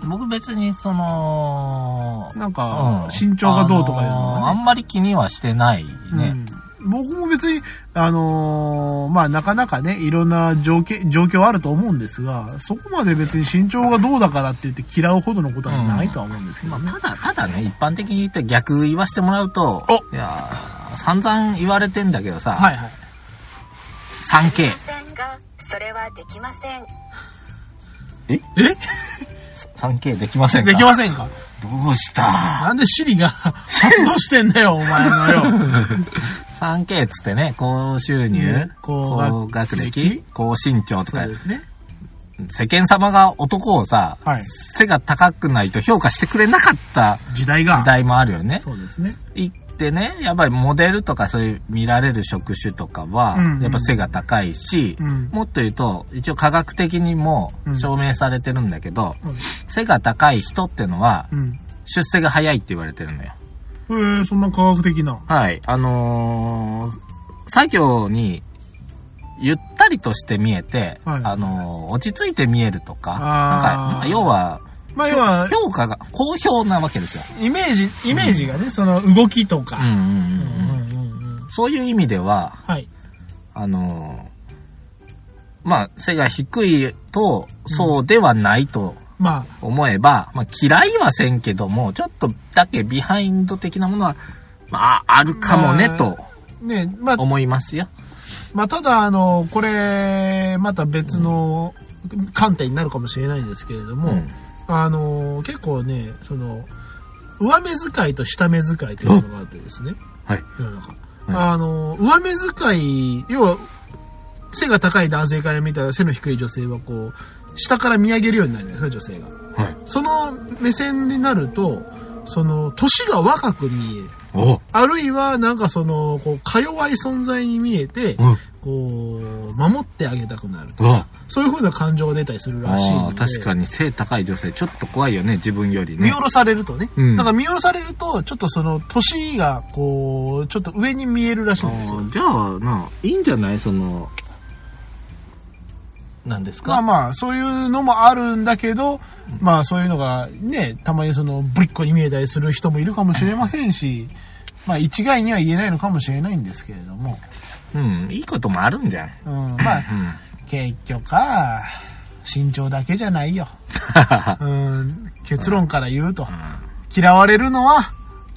[SPEAKER 1] 僕別にその、
[SPEAKER 2] なん
[SPEAKER 1] うん
[SPEAKER 2] か、身長がどうとかいうの
[SPEAKER 1] あのー
[SPEAKER 2] は
[SPEAKER 1] あ
[SPEAKER 2] ね。
[SPEAKER 1] んまり気にはしてないね。
[SPEAKER 2] うん、僕も別に、あのーまあなかなかね、いろんな状況、状況あると思うんですが、そこまで別に身長がどうだからって言って嫌うほどのことはないとは思うんですけ
[SPEAKER 1] ま
[SPEAKER 2] ど
[SPEAKER 1] あ、
[SPEAKER 2] ね。
[SPEAKER 1] ただ、ただね、一般的に言って逆言わせてもらうと、
[SPEAKER 2] お
[SPEAKER 1] いやー散々言われてんだけどさ、
[SPEAKER 2] はいはい。
[SPEAKER 1] 3K。
[SPEAKER 3] がそれはできません
[SPEAKER 2] え
[SPEAKER 1] 3K できませんか
[SPEAKER 2] <laughs> できませんか
[SPEAKER 1] どうした
[SPEAKER 2] なんでシリ <laughs> が発動してんだよ、お前のよ。
[SPEAKER 1] ?3K っつってね、高収入、
[SPEAKER 2] 高学
[SPEAKER 1] 高学歴
[SPEAKER 2] 歴、
[SPEAKER 1] 高身長と
[SPEAKER 2] そ
[SPEAKER 1] か
[SPEAKER 2] う、ですね。
[SPEAKER 1] 世間様が男をさ、
[SPEAKER 2] はい
[SPEAKER 1] 背が高くないと評価してくれなかった
[SPEAKER 2] 時代が。
[SPEAKER 1] 時代もあるよね。
[SPEAKER 2] そうですね。
[SPEAKER 1] 行ってね、やっぱりモデルとかそういう見られる職種とかは
[SPEAKER 2] うんう、ん
[SPEAKER 1] やっぱ背が高いし、
[SPEAKER 2] うん
[SPEAKER 1] もっと言うと、一応科学的にも
[SPEAKER 2] うん
[SPEAKER 1] 証明されてるんだけど、
[SPEAKER 2] はい
[SPEAKER 1] 背が高い人ってのは、
[SPEAKER 2] うん。
[SPEAKER 1] 出世が早いって言われてるのよ。
[SPEAKER 2] えー、そんな科学的な。
[SPEAKER 1] はい。あのー作業に、ゆったりとして見えて、
[SPEAKER 2] はい
[SPEAKER 1] あのー落ち着いて見えるとか、
[SPEAKER 2] あー
[SPEAKER 1] なんか、まあ要は、
[SPEAKER 2] まあ要は、
[SPEAKER 1] 評価が好評なわけですよ。
[SPEAKER 2] イメージ、イメージがね、その動きと
[SPEAKER 1] うんう
[SPEAKER 2] か。
[SPEAKER 1] ん
[SPEAKER 2] うん
[SPEAKER 1] うんうん
[SPEAKER 2] うんうんうん。
[SPEAKER 1] そういう意味では、
[SPEAKER 2] はい。
[SPEAKER 1] あのーまあ、背が低いと、そうではないと
[SPEAKER 2] ま
[SPEAKER 1] 思えば、まあ、嫌いはせんけども、ちょっとだけビハインド的なものは、まあ、あるかもね、
[SPEAKER 2] まあ
[SPEAKER 1] と
[SPEAKER 2] あ、ね、まあ、
[SPEAKER 1] 思いますよ。
[SPEAKER 2] まあ、ただ、あの、これ、また別の観点になるかもしれないんですけれど
[SPEAKER 1] う
[SPEAKER 2] も、
[SPEAKER 1] ん。
[SPEAKER 2] あの、結構ね、その、上目遣いと下目遣いというのがあってですね、
[SPEAKER 1] はい。
[SPEAKER 2] 世の中。
[SPEAKER 1] うん
[SPEAKER 2] あの、上目遣い、要は、背が高い男性から見たら背の低い女性はこう、下から見上げるようになるんですか、女性が。
[SPEAKER 1] はい。
[SPEAKER 2] その目線になると、その、年が若く見える。
[SPEAKER 1] お
[SPEAKER 2] あるいは、なんかその、こう、か弱い存在に見えて、
[SPEAKER 1] ん。
[SPEAKER 2] こう、守ってあげたくなると。
[SPEAKER 1] わ
[SPEAKER 2] そういう風な感情が出たりするらしい
[SPEAKER 1] あ
[SPEAKER 2] の
[SPEAKER 1] あ、
[SPEAKER 2] で。
[SPEAKER 1] 確かに背高い女性、ちょっと怖いよね、自分より
[SPEAKER 2] 見
[SPEAKER 1] ね
[SPEAKER 2] 下。ろされるとね。
[SPEAKER 1] うん
[SPEAKER 2] だから見下ろされると、ちょっとその、年が、こう、ちょっと上に見えるらしいんです
[SPEAKER 1] あ
[SPEAKER 2] よ。
[SPEAKER 1] ーじゃあ、な、いいんじゃないその、なんです
[SPEAKER 2] まあ
[SPEAKER 1] か
[SPEAKER 2] まあ、そういうのもあるんだけど、まあそういうのがね、たまにその、ぶりっ子に見えたりする人もいるかもしれませんし、まあ一概には言えないのかもしれないんですけれども、
[SPEAKER 1] うん、いいこともあるんじゃん。
[SPEAKER 2] うん、まあ
[SPEAKER 1] <laughs> う、ん。
[SPEAKER 2] 結局は、身長だけじゃないよ。うん、結論から言うと、嫌われるのは、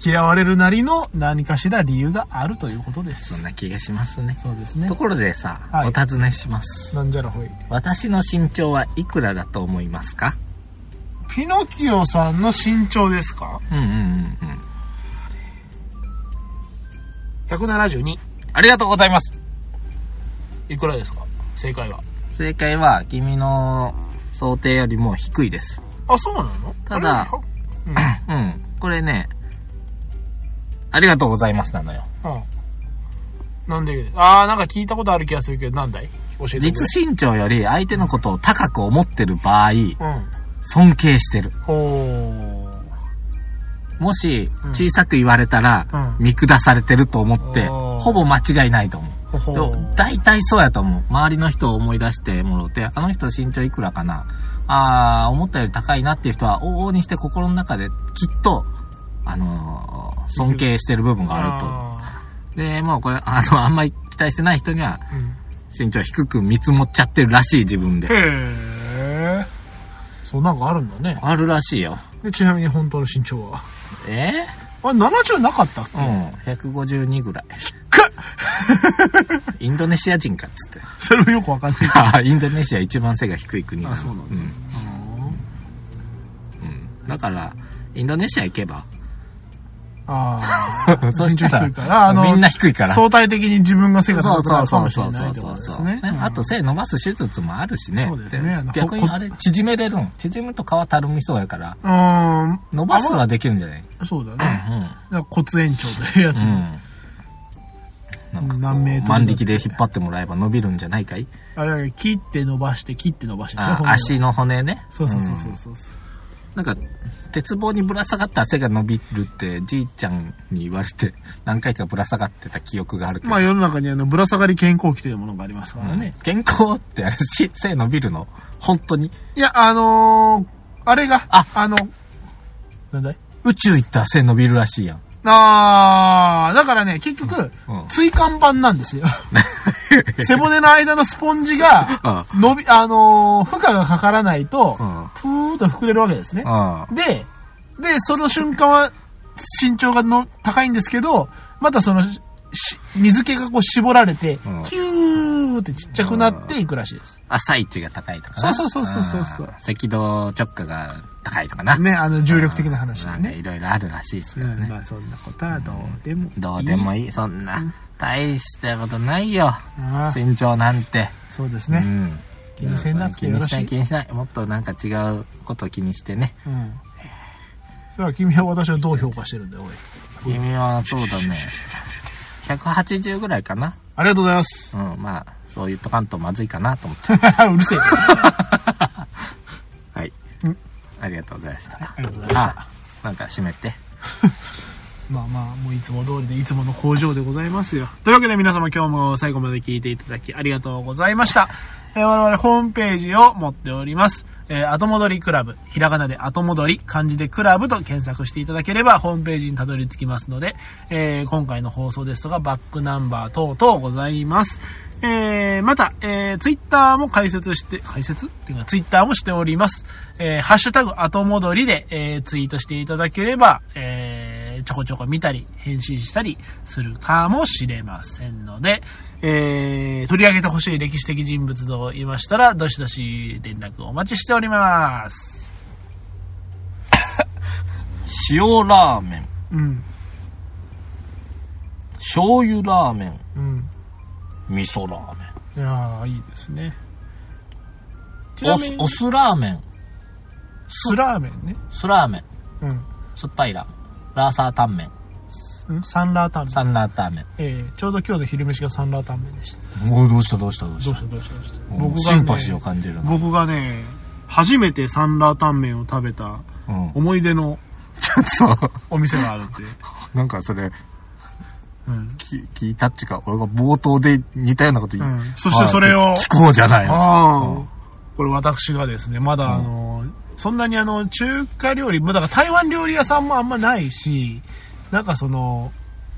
[SPEAKER 2] 嫌われるなりの何かしら理由があるということで
[SPEAKER 1] そん
[SPEAKER 2] す。
[SPEAKER 1] な気がしますね。
[SPEAKER 2] そうですね
[SPEAKER 1] と。ころでさ、
[SPEAKER 2] はい
[SPEAKER 1] お尋ねします。
[SPEAKER 2] なんじゃらほい。
[SPEAKER 1] 私の身長はいくらだと思いますか
[SPEAKER 2] ピノキオさんの身長ですか
[SPEAKER 1] うんうんうんうん。
[SPEAKER 2] ?172。
[SPEAKER 1] ありがとうございます。
[SPEAKER 2] いくらですか正解は。
[SPEAKER 1] 正解は、君の想定よりも低いです。
[SPEAKER 2] あ、そうなの
[SPEAKER 1] ただ
[SPEAKER 2] あれうん
[SPEAKER 1] うん。これね、ありがとうございますなのよ。
[SPEAKER 2] うん。なんで、あー、なんか聞いたことある気がするけど、なんだい教えてくれ。
[SPEAKER 1] 実身長より相手のことを高く思ってる場合、
[SPEAKER 2] うん。
[SPEAKER 1] 尊敬してる。
[SPEAKER 2] ほー。
[SPEAKER 1] もし、
[SPEAKER 2] うん
[SPEAKER 1] 小さく言われたら、
[SPEAKER 2] うん
[SPEAKER 1] 見下されてると思って、
[SPEAKER 2] おー
[SPEAKER 1] ほぼ間違いないと思う。
[SPEAKER 2] ほほ
[SPEAKER 1] でも
[SPEAKER 2] ー。
[SPEAKER 1] 大体そうやと思う。周りの人を思い出してもろて、あの人身長いくらかな。ああ、思ったより高いなっていう人は、往々にして心の中できっと、あのー尊敬してる部分がある
[SPEAKER 2] あ
[SPEAKER 1] と。で、もうこれ、あの、あんまり期待してない人には、
[SPEAKER 2] ーうん
[SPEAKER 1] 身長低く見積もっちゃってるらしい自分で。
[SPEAKER 2] へえ。そんなんかあるんだね。
[SPEAKER 1] あるらしいよ。
[SPEAKER 2] で、ちなみに本当の身長は。
[SPEAKER 1] え
[SPEAKER 2] あれ、70なかったっけ
[SPEAKER 1] うん。152ぐらい。インドネシア人かっつって。
[SPEAKER 2] それもよくわかんない。
[SPEAKER 1] ああインドネシア一番背が低い国なの
[SPEAKER 2] あそうなんだ
[SPEAKER 1] うんうんだから、インドネシア行けば
[SPEAKER 2] あ
[SPEAKER 1] そうした
[SPEAKER 2] 身長低いからあの
[SPEAKER 1] みんな低いか
[SPEAKER 2] あ。
[SPEAKER 1] ら。
[SPEAKER 2] 相対的に自分が背が
[SPEAKER 1] そう
[SPEAKER 2] 高くな
[SPEAKER 1] そう
[SPEAKER 2] るか
[SPEAKER 1] そ
[SPEAKER 2] も
[SPEAKER 1] うそう
[SPEAKER 2] しれな
[SPEAKER 1] そ
[SPEAKER 2] いうって
[SPEAKER 1] そ
[SPEAKER 2] こと
[SPEAKER 1] う
[SPEAKER 2] です
[SPEAKER 1] そう、
[SPEAKER 2] ね。
[SPEAKER 1] ね
[SPEAKER 2] うん
[SPEAKER 1] あと、背伸ばす手術もあるしね。
[SPEAKER 2] そうですね
[SPEAKER 1] で逆に
[SPEAKER 2] こ
[SPEAKER 1] あれ、縮めれるん。縮むと皮たるみそうやから、
[SPEAKER 2] うー
[SPEAKER 1] 伸ばすはできるんじゃない
[SPEAKER 2] ん、そうだね。だから骨延長というやつ
[SPEAKER 1] うん。う
[SPEAKER 2] も
[SPEAKER 1] ん。なんかこう
[SPEAKER 2] 何メートルだっけ
[SPEAKER 1] 万力で引っ張ってもらえば伸びるんじゃないかい
[SPEAKER 2] あれだけど切って伸ばして、切って伸ばしてね、
[SPEAKER 1] あ
[SPEAKER 2] 骨を
[SPEAKER 1] 足の骨ね。
[SPEAKER 2] そうそうそうそ
[SPEAKER 1] ん
[SPEAKER 2] うそうそう。
[SPEAKER 1] なんか、鉄棒にぶら下がった背が伸びるって、じいちゃんに言われて、何回かぶら下がってた記憶があるけど。
[SPEAKER 2] まあ世の中にあの、ぶら下がり健康期というものがありますからね。
[SPEAKER 1] 健康ってあれ、し背伸びるの本当に。
[SPEAKER 2] いや、あのー、あれが、
[SPEAKER 1] あ
[SPEAKER 2] あの、なんだい
[SPEAKER 1] 宇宙行ったら背伸びるらしいやん。
[SPEAKER 2] あー、だからね、結局、
[SPEAKER 1] うん
[SPEAKER 2] 椎間板なんですよ。背骨の間のスポンジが、
[SPEAKER 1] あ
[SPEAKER 2] 伸び、 <laughs> あのー負荷がかからないと、
[SPEAKER 1] ん。
[SPEAKER 2] ぷーっと膨れるわけですね。
[SPEAKER 1] あ
[SPEAKER 2] で、で、その瞬間は、身長がの高いんですけど、またその、し水気がこう絞られて
[SPEAKER 1] うん、
[SPEAKER 2] キューってちっちゃくなっていくらしいです。
[SPEAKER 1] 朝一が高いとかな。
[SPEAKER 2] そうそうそうそうそう
[SPEAKER 1] あー赤道直下が高いとかな。
[SPEAKER 2] ね、あの、重力的な話
[SPEAKER 1] な
[SPEAKER 2] だ
[SPEAKER 1] んで
[SPEAKER 2] ね。
[SPEAKER 1] いろいろあるらしいです
[SPEAKER 2] う
[SPEAKER 1] けど
[SPEAKER 2] ん、
[SPEAKER 1] ね。
[SPEAKER 2] まあそんなことはどうでもいい。
[SPEAKER 1] どうでもいい。そんな、大したことないよ。
[SPEAKER 2] ああ
[SPEAKER 1] 身長なんて。
[SPEAKER 2] そうです
[SPEAKER 1] う
[SPEAKER 2] ね。
[SPEAKER 1] ん。
[SPEAKER 2] 気にせんなくてよろしい
[SPEAKER 1] 気にしない、気にしない。もっとなんか違うことを気にしてね。
[SPEAKER 2] うん。だから君は私をどう評価してるんだよ、おい。
[SPEAKER 1] 君はそうだね。180ぐらいかな。
[SPEAKER 2] ありがとうございま
[SPEAKER 1] <laughs>
[SPEAKER 2] す <laughs>
[SPEAKER 1] う。ん、まあ、そう言っとかんとまずいかなと思って。
[SPEAKER 2] うるせえ。あ
[SPEAKER 1] はい
[SPEAKER 2] うん。
[SPEAKER 1] ありがとうございました。
[SPEAKER 2] りがとうございました。
[SPEAKER 1] あ、なんか閉めて。
[SPEAKER 2] まあまあ、もういつも通りで、いつもの工場でございますよ。というわけで皆様今日も最後まで聞いていただきありがとうございました。えー我々ホームページを持っております。えー後戻りクラブ、ひらがなで後戻り、漢字でクラブと検索していただければ、ホームページにたどり着きますので、えー今回の放送ですとか、バックナンバー等々ございます。えーまた、えー、ツイッターも解説して、解説っていうか、ツイッターもしております。えーハッシュタグ後戻りで、えーツイートしていただければ、えーちょこちょこ見たり、返信したりするかもしれませんので、えー取り上げてほしい歴史的人物といましたら、どしどし連絡お待ちしております。
[SPEAKER 1] 塩ラーメン、
[SPEAKER 2] うん、
[SPEAKER 1] 醤油ラーメン、
[SPEAKER 2] うん。
[SPEAKER 1] 味噌ラーメン。
[SPEAKER 2] いやーいいですね。ちな
[SPEAKER 1] お
[SPEAKER 2] み
[SPEAKER 1] 酢
[SPEAKER 2] に、
[SPEAKER 1] お酢ラーメン、
[SPEAKER 2] 酢ラーメンね。
[SPEAKER 1] 酢ラーメン、
[SPEAKER 2] うん。
[SPEAKER 1] 酸っぱいラーメン、ラーサータンメン、
[SPEAKER 2] うんサンラータンメン。
[SPEAKER 1] サンラータンメン。
[SPEAKER 2] えーちょうど今日の昼飯がサンラータンメンでした。
[SPEAKER 1] おどうしたどうしたどう
[SPEAKER 2] どうしたどうしたどうした
[SPEAKER 1] もうシンパシーを感じるな。
[SPEAKER 2] 僕がね、初めてサンラータンメンを食べた
[SPEAKER 1] うん。
[SPEAKER 2] 思い出の
[SPEAKER 1] ちょっと、
[SPEAKER 2] お店がある <laughs> って。
[SPEAKER 1] なんかそれ、
[SPEAKER 2] うん。
[SPEAKER 1] き聞いたっていうか、俺が冒頭で似たようなこと言う。
[SPEAKER 2] うんそしてそれを
[SPEAKER 1] あ聞こうじゃないの。
[SPEAKER 2] ああ。これ私がですね、まだあの、そんなにあの、中華料理、まあだから台湾料理屋さんもあんまないし、なんかその、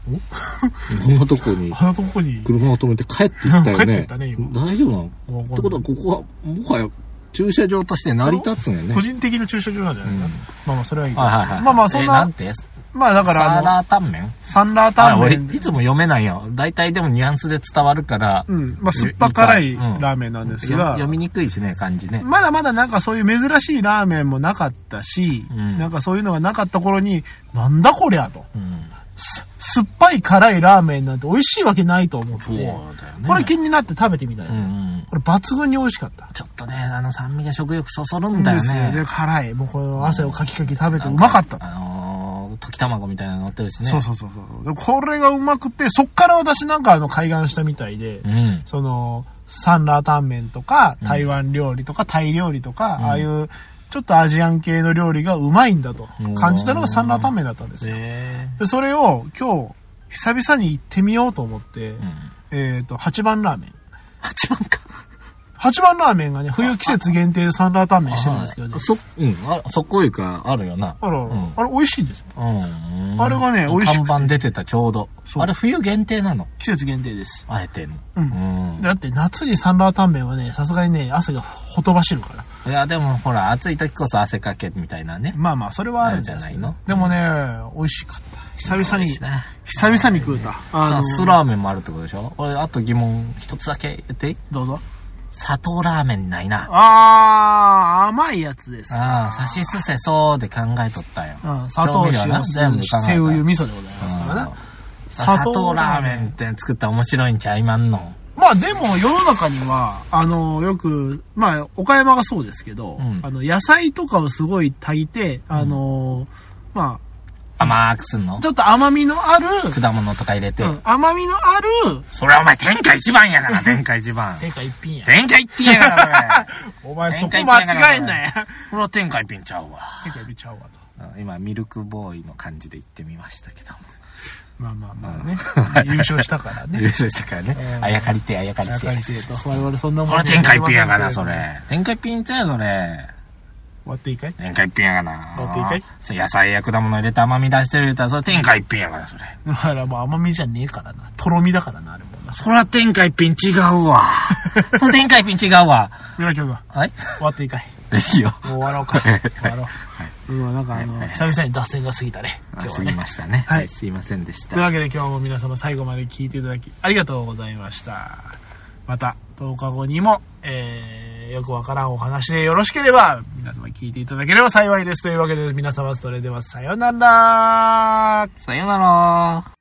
[SPEAKER 1] こんなとこに
[SPEAKER 2] あのとこに、
[SPEAKER 1] 車を止めて帰っていったよね。
[SPEAKER 2] 帰っていったね今
[SPEAKER 1] 大丈夫なの
[SPEAKER 2] わかんない
[SPEAKER 1] ってことは、ここは、もはや、駐車場として成り立つんよね
[SPEAKER 2] 個。人的な駐車場なんじゃないかな。まあまあ、それはいいけど。
[SPEAKER 1] はいはいはい。
[SPEAKER 2] まあまあ、そん
[SPEAKER 1] えなん
[SPEAKER 2] な、
[SPEAKER 1] て
[SPEAKER 2] まあだ
[SPEAKER 1] サ
[SPEAKER 2] からあ
[SPEAKER 1] ー
[SPEAKER 2] の、
[SPEAKER 1] ラータンメン
[SPEAKER 2] サンラータ
[SPEAKER 1] あ
[SPEAKER 2] ン
[SPEAKER 1] 俺、
[SPEAKER 2] メ
[SPEAKER 1] い
[SPEAKER 2] ン。
[SPEAKER 1] つも読めないよ。大体でもニュアンスで伝わるから、
[SPEAKER 2] うん。まあ、酸っぱ辛い
[SPEAKER 1] うん
[SPEAKER 2] ラーメンなんです
[SPEAKER 1] よ
[SPEAKER 2] が、
[SPEAKER 1] 読みにくいしね、漢字ね。
[SPEAKER 2] まだまだなんかそういう珍しいラーメンもなかったし、
[SPEAKER 1] うん
[SPEAKER 2] なんかそういうのがなかった頃に、なんだこりゃと。
[SPEAKER 1] うん。
[SPEAKER 2] す酸っぱい辛いラーメンなんて美味しいわけないと思って、
[SPEAKER 1] そうだよね。
[SPEAKER 2] これ気になって食べてみたい、
[SPEAKER 1] うんうん。
[SPEAKER 2] これ抜群に美味しかった。
[SPEAKER 1] ちょっとね、あの酸味が食欲そそるんだよ
[SPEAKER 2] ですよ
[SPEAKER 1] ね
[SPEAKER 2] ね。。辛い。もうこの汗をかきかき食べてうまかったと。
[SPEAKER 1] あのー、溶き卵みたいなの乗ってるしね。
[SPEAKER 2] そうそうそうそう。でこれがうまくて、そっから私なんかあの、海岸したみたいで、
[SPEAKER 1] うん。
[SPEAKER 2] その、サンラータンメンとか、台湾料理とか、タイ料理とか、ああいう、ちょっとアジアン系の料理がうまいんだと感じたのがサンラータンメンだったんですよ。
[SPEAKER 1] へ
[SPEAKER 2] で、それを今日、久々に行ってみようと思って、
[SPEAKER 1] え。うん。
[SPEAKER 2] えっ、と、8番ラーメン。
[SPEAKER 1] 8番か。
[SPEAKER 2] 八番ラーメンがね、冬季節限定でサンラータンメンしてるんですけどね
[SPEAKER 1] あ。そ、うん、あそこいうか、あるよな。
[SPEAKER 2] あら、
[SPEAKER 1] うん
[SPEAKER 2] あれ美味しいんですよ。
[SPEAKER 1] うん。
[SPEAKER 2] あれがね美味しくて
[SPEAKER 1] 看板出てた、ちょうど。
[SPEAKER 2] そう
[SPEAKER 1] あれ冬限定なの。
[SPEAKER 2] 季節限定です。
[SPEAKER 1] あえての。
[SPEAKER 2] うん
[SPEAKER 1] ん
[SPEAKER 2] だって夏にサンラータンメンはね、さすがにね、汗がほとばしるから。
[SPEAKER 1] いや、でもほら、暑い時こそ汗かけみたいなね。
[SPEAKER 2] まあまあ、それはあるんですけどね
[SPEAKER 1] あるんじ
[SPEAKER 2] でもね、美味しかった。久々
[SPEAKER 1] 美
[SPEAKER 2] に、
[SPEAKER 1] 味しいね
[SPEAKER 2] 久々に食うた。あの、
[SPEAKER 1] 酢ラーメンもあるってことでしょ俺、あと疑問一つだけ言っていい
[SPEAKER 2] どうぞ。
[SPEAKER 1] 砂糖ラーメンないな。
[SPEAKER 2] あー、甘いやつです。
[SPEAKER 1] ああ、さしすせそうで考えとったよ。
[SPEAKER 2] うん、砂糖、
[SPEAKER 1] 調味料
[SPEAKER 2] 塩、
[SPEAKER 1] な全部考えた
[SPEAKER 2] せうゆ、味噌でございますから
[SPEAKER 1] うん
[SPEAKER 2] な。
[SPEAKER 1] 砂糖ラーメンって作ったら面白いんちゃう今んの。
[SPEAKER 2] まあでも世の中には、あの、よく、まあ岡山がそうですけど、
[SPEAKER 1] うん
[SPEAKER 2] あの、野菜とかをすごい炊いて、あの、ま
[SPEAKER 1] 甘くすんの
[SPEAKER 2] あ、ちょっと甘みのある、
[SPEAKER 1] 果物とか入れて。
[SPEAKER 2] うん甘みのある、
[SPEAKER 1] それはお前天下一番や <laughs> から、天下一番。
[SPEAKER 2] 天下一品や。
[SPEAKER 1] 天下一品や <laughs> から、これ。
[SPEAKER 2] お前そ
[SPEAKER 1] 天
[SPEAKER 2] こ
[SPEAKER 1] 下一品やから
[SPEAKER 2] 間違えんなや。
[SPEAKER 1] これは天下一品ちゃうわ。
[SPEAKER 2] 天下一品ちゃうわと。
[SPEAKER 1] うん今、ミルクボーイの感じで言ってみましたけども。
[SPEAKER 2] まあまあまあね。優勝したから
[SPEAKER 1] <laughs> 優
[SPEAKER 2] ね。
[SPEAKER 1] 勝したからね。あやかりてえ、あやかりて
[SPEAKER 2] 中井
[SPEAKER 1] え。
[SPEAKER 2] 生と我々そんなもん
[SPEAKER 1] これ天下一品やから、そ。れ。天下一品ちゃうよ、それ。
[SPEAKER 2] 割っていいかい
[SPEAKER 1] 天下一品やがな。
[SPEAKER 2] 待っていいかい
[SPEAKER 1] そう野菜や果物入れて甘み出してる言うたら、それ天下一品やから、それ。
[SPEAKER 2] だからもう甘みじゃねえからな。とろみだからな、あれもな。
[SPEAKER 1] そら天下一品違う <laughs> わ。そら天下一品違うわ。
[SPEAKER 2] 村木君が
[SPEAKER 1] <laughs> はい
[SPEAKER 2] 終わっていいかい
[SPEAKER 1] いいよ。
[SPEAKER 2] もう終わろうか。 <laughs> 終わろう。うん、なんかあ
[SPEAKER 1] はいは
[SPEAKER 2] の、
[SPEAKER 1] い
[SPEAKER 2] 久々に脱線が過ぎたね。
[SPEAKER 1] あ
[SPEAKER 2] 今日
[SPEAKER 1] す
[SPEAKER 2] は
[SPEAKER 1] み
[SPEAKER 2] ね。
[SPEAKER 1] ましたね。
[SPEAKER 2] はい
[SPEAKER 1] はい、すいませんでし
[SPEAKER 2] という
[SPEAKER 1] た。
[SPEAKER 2] わけで今日も皆様最後まで聞いていただきありがとうございました。また10日後にも、えー、よくわからんお話でよろしければ皆様聞いていただければ幸いです。というわけで皆様それではさようなら。
[SPEAKER 1] さようなら。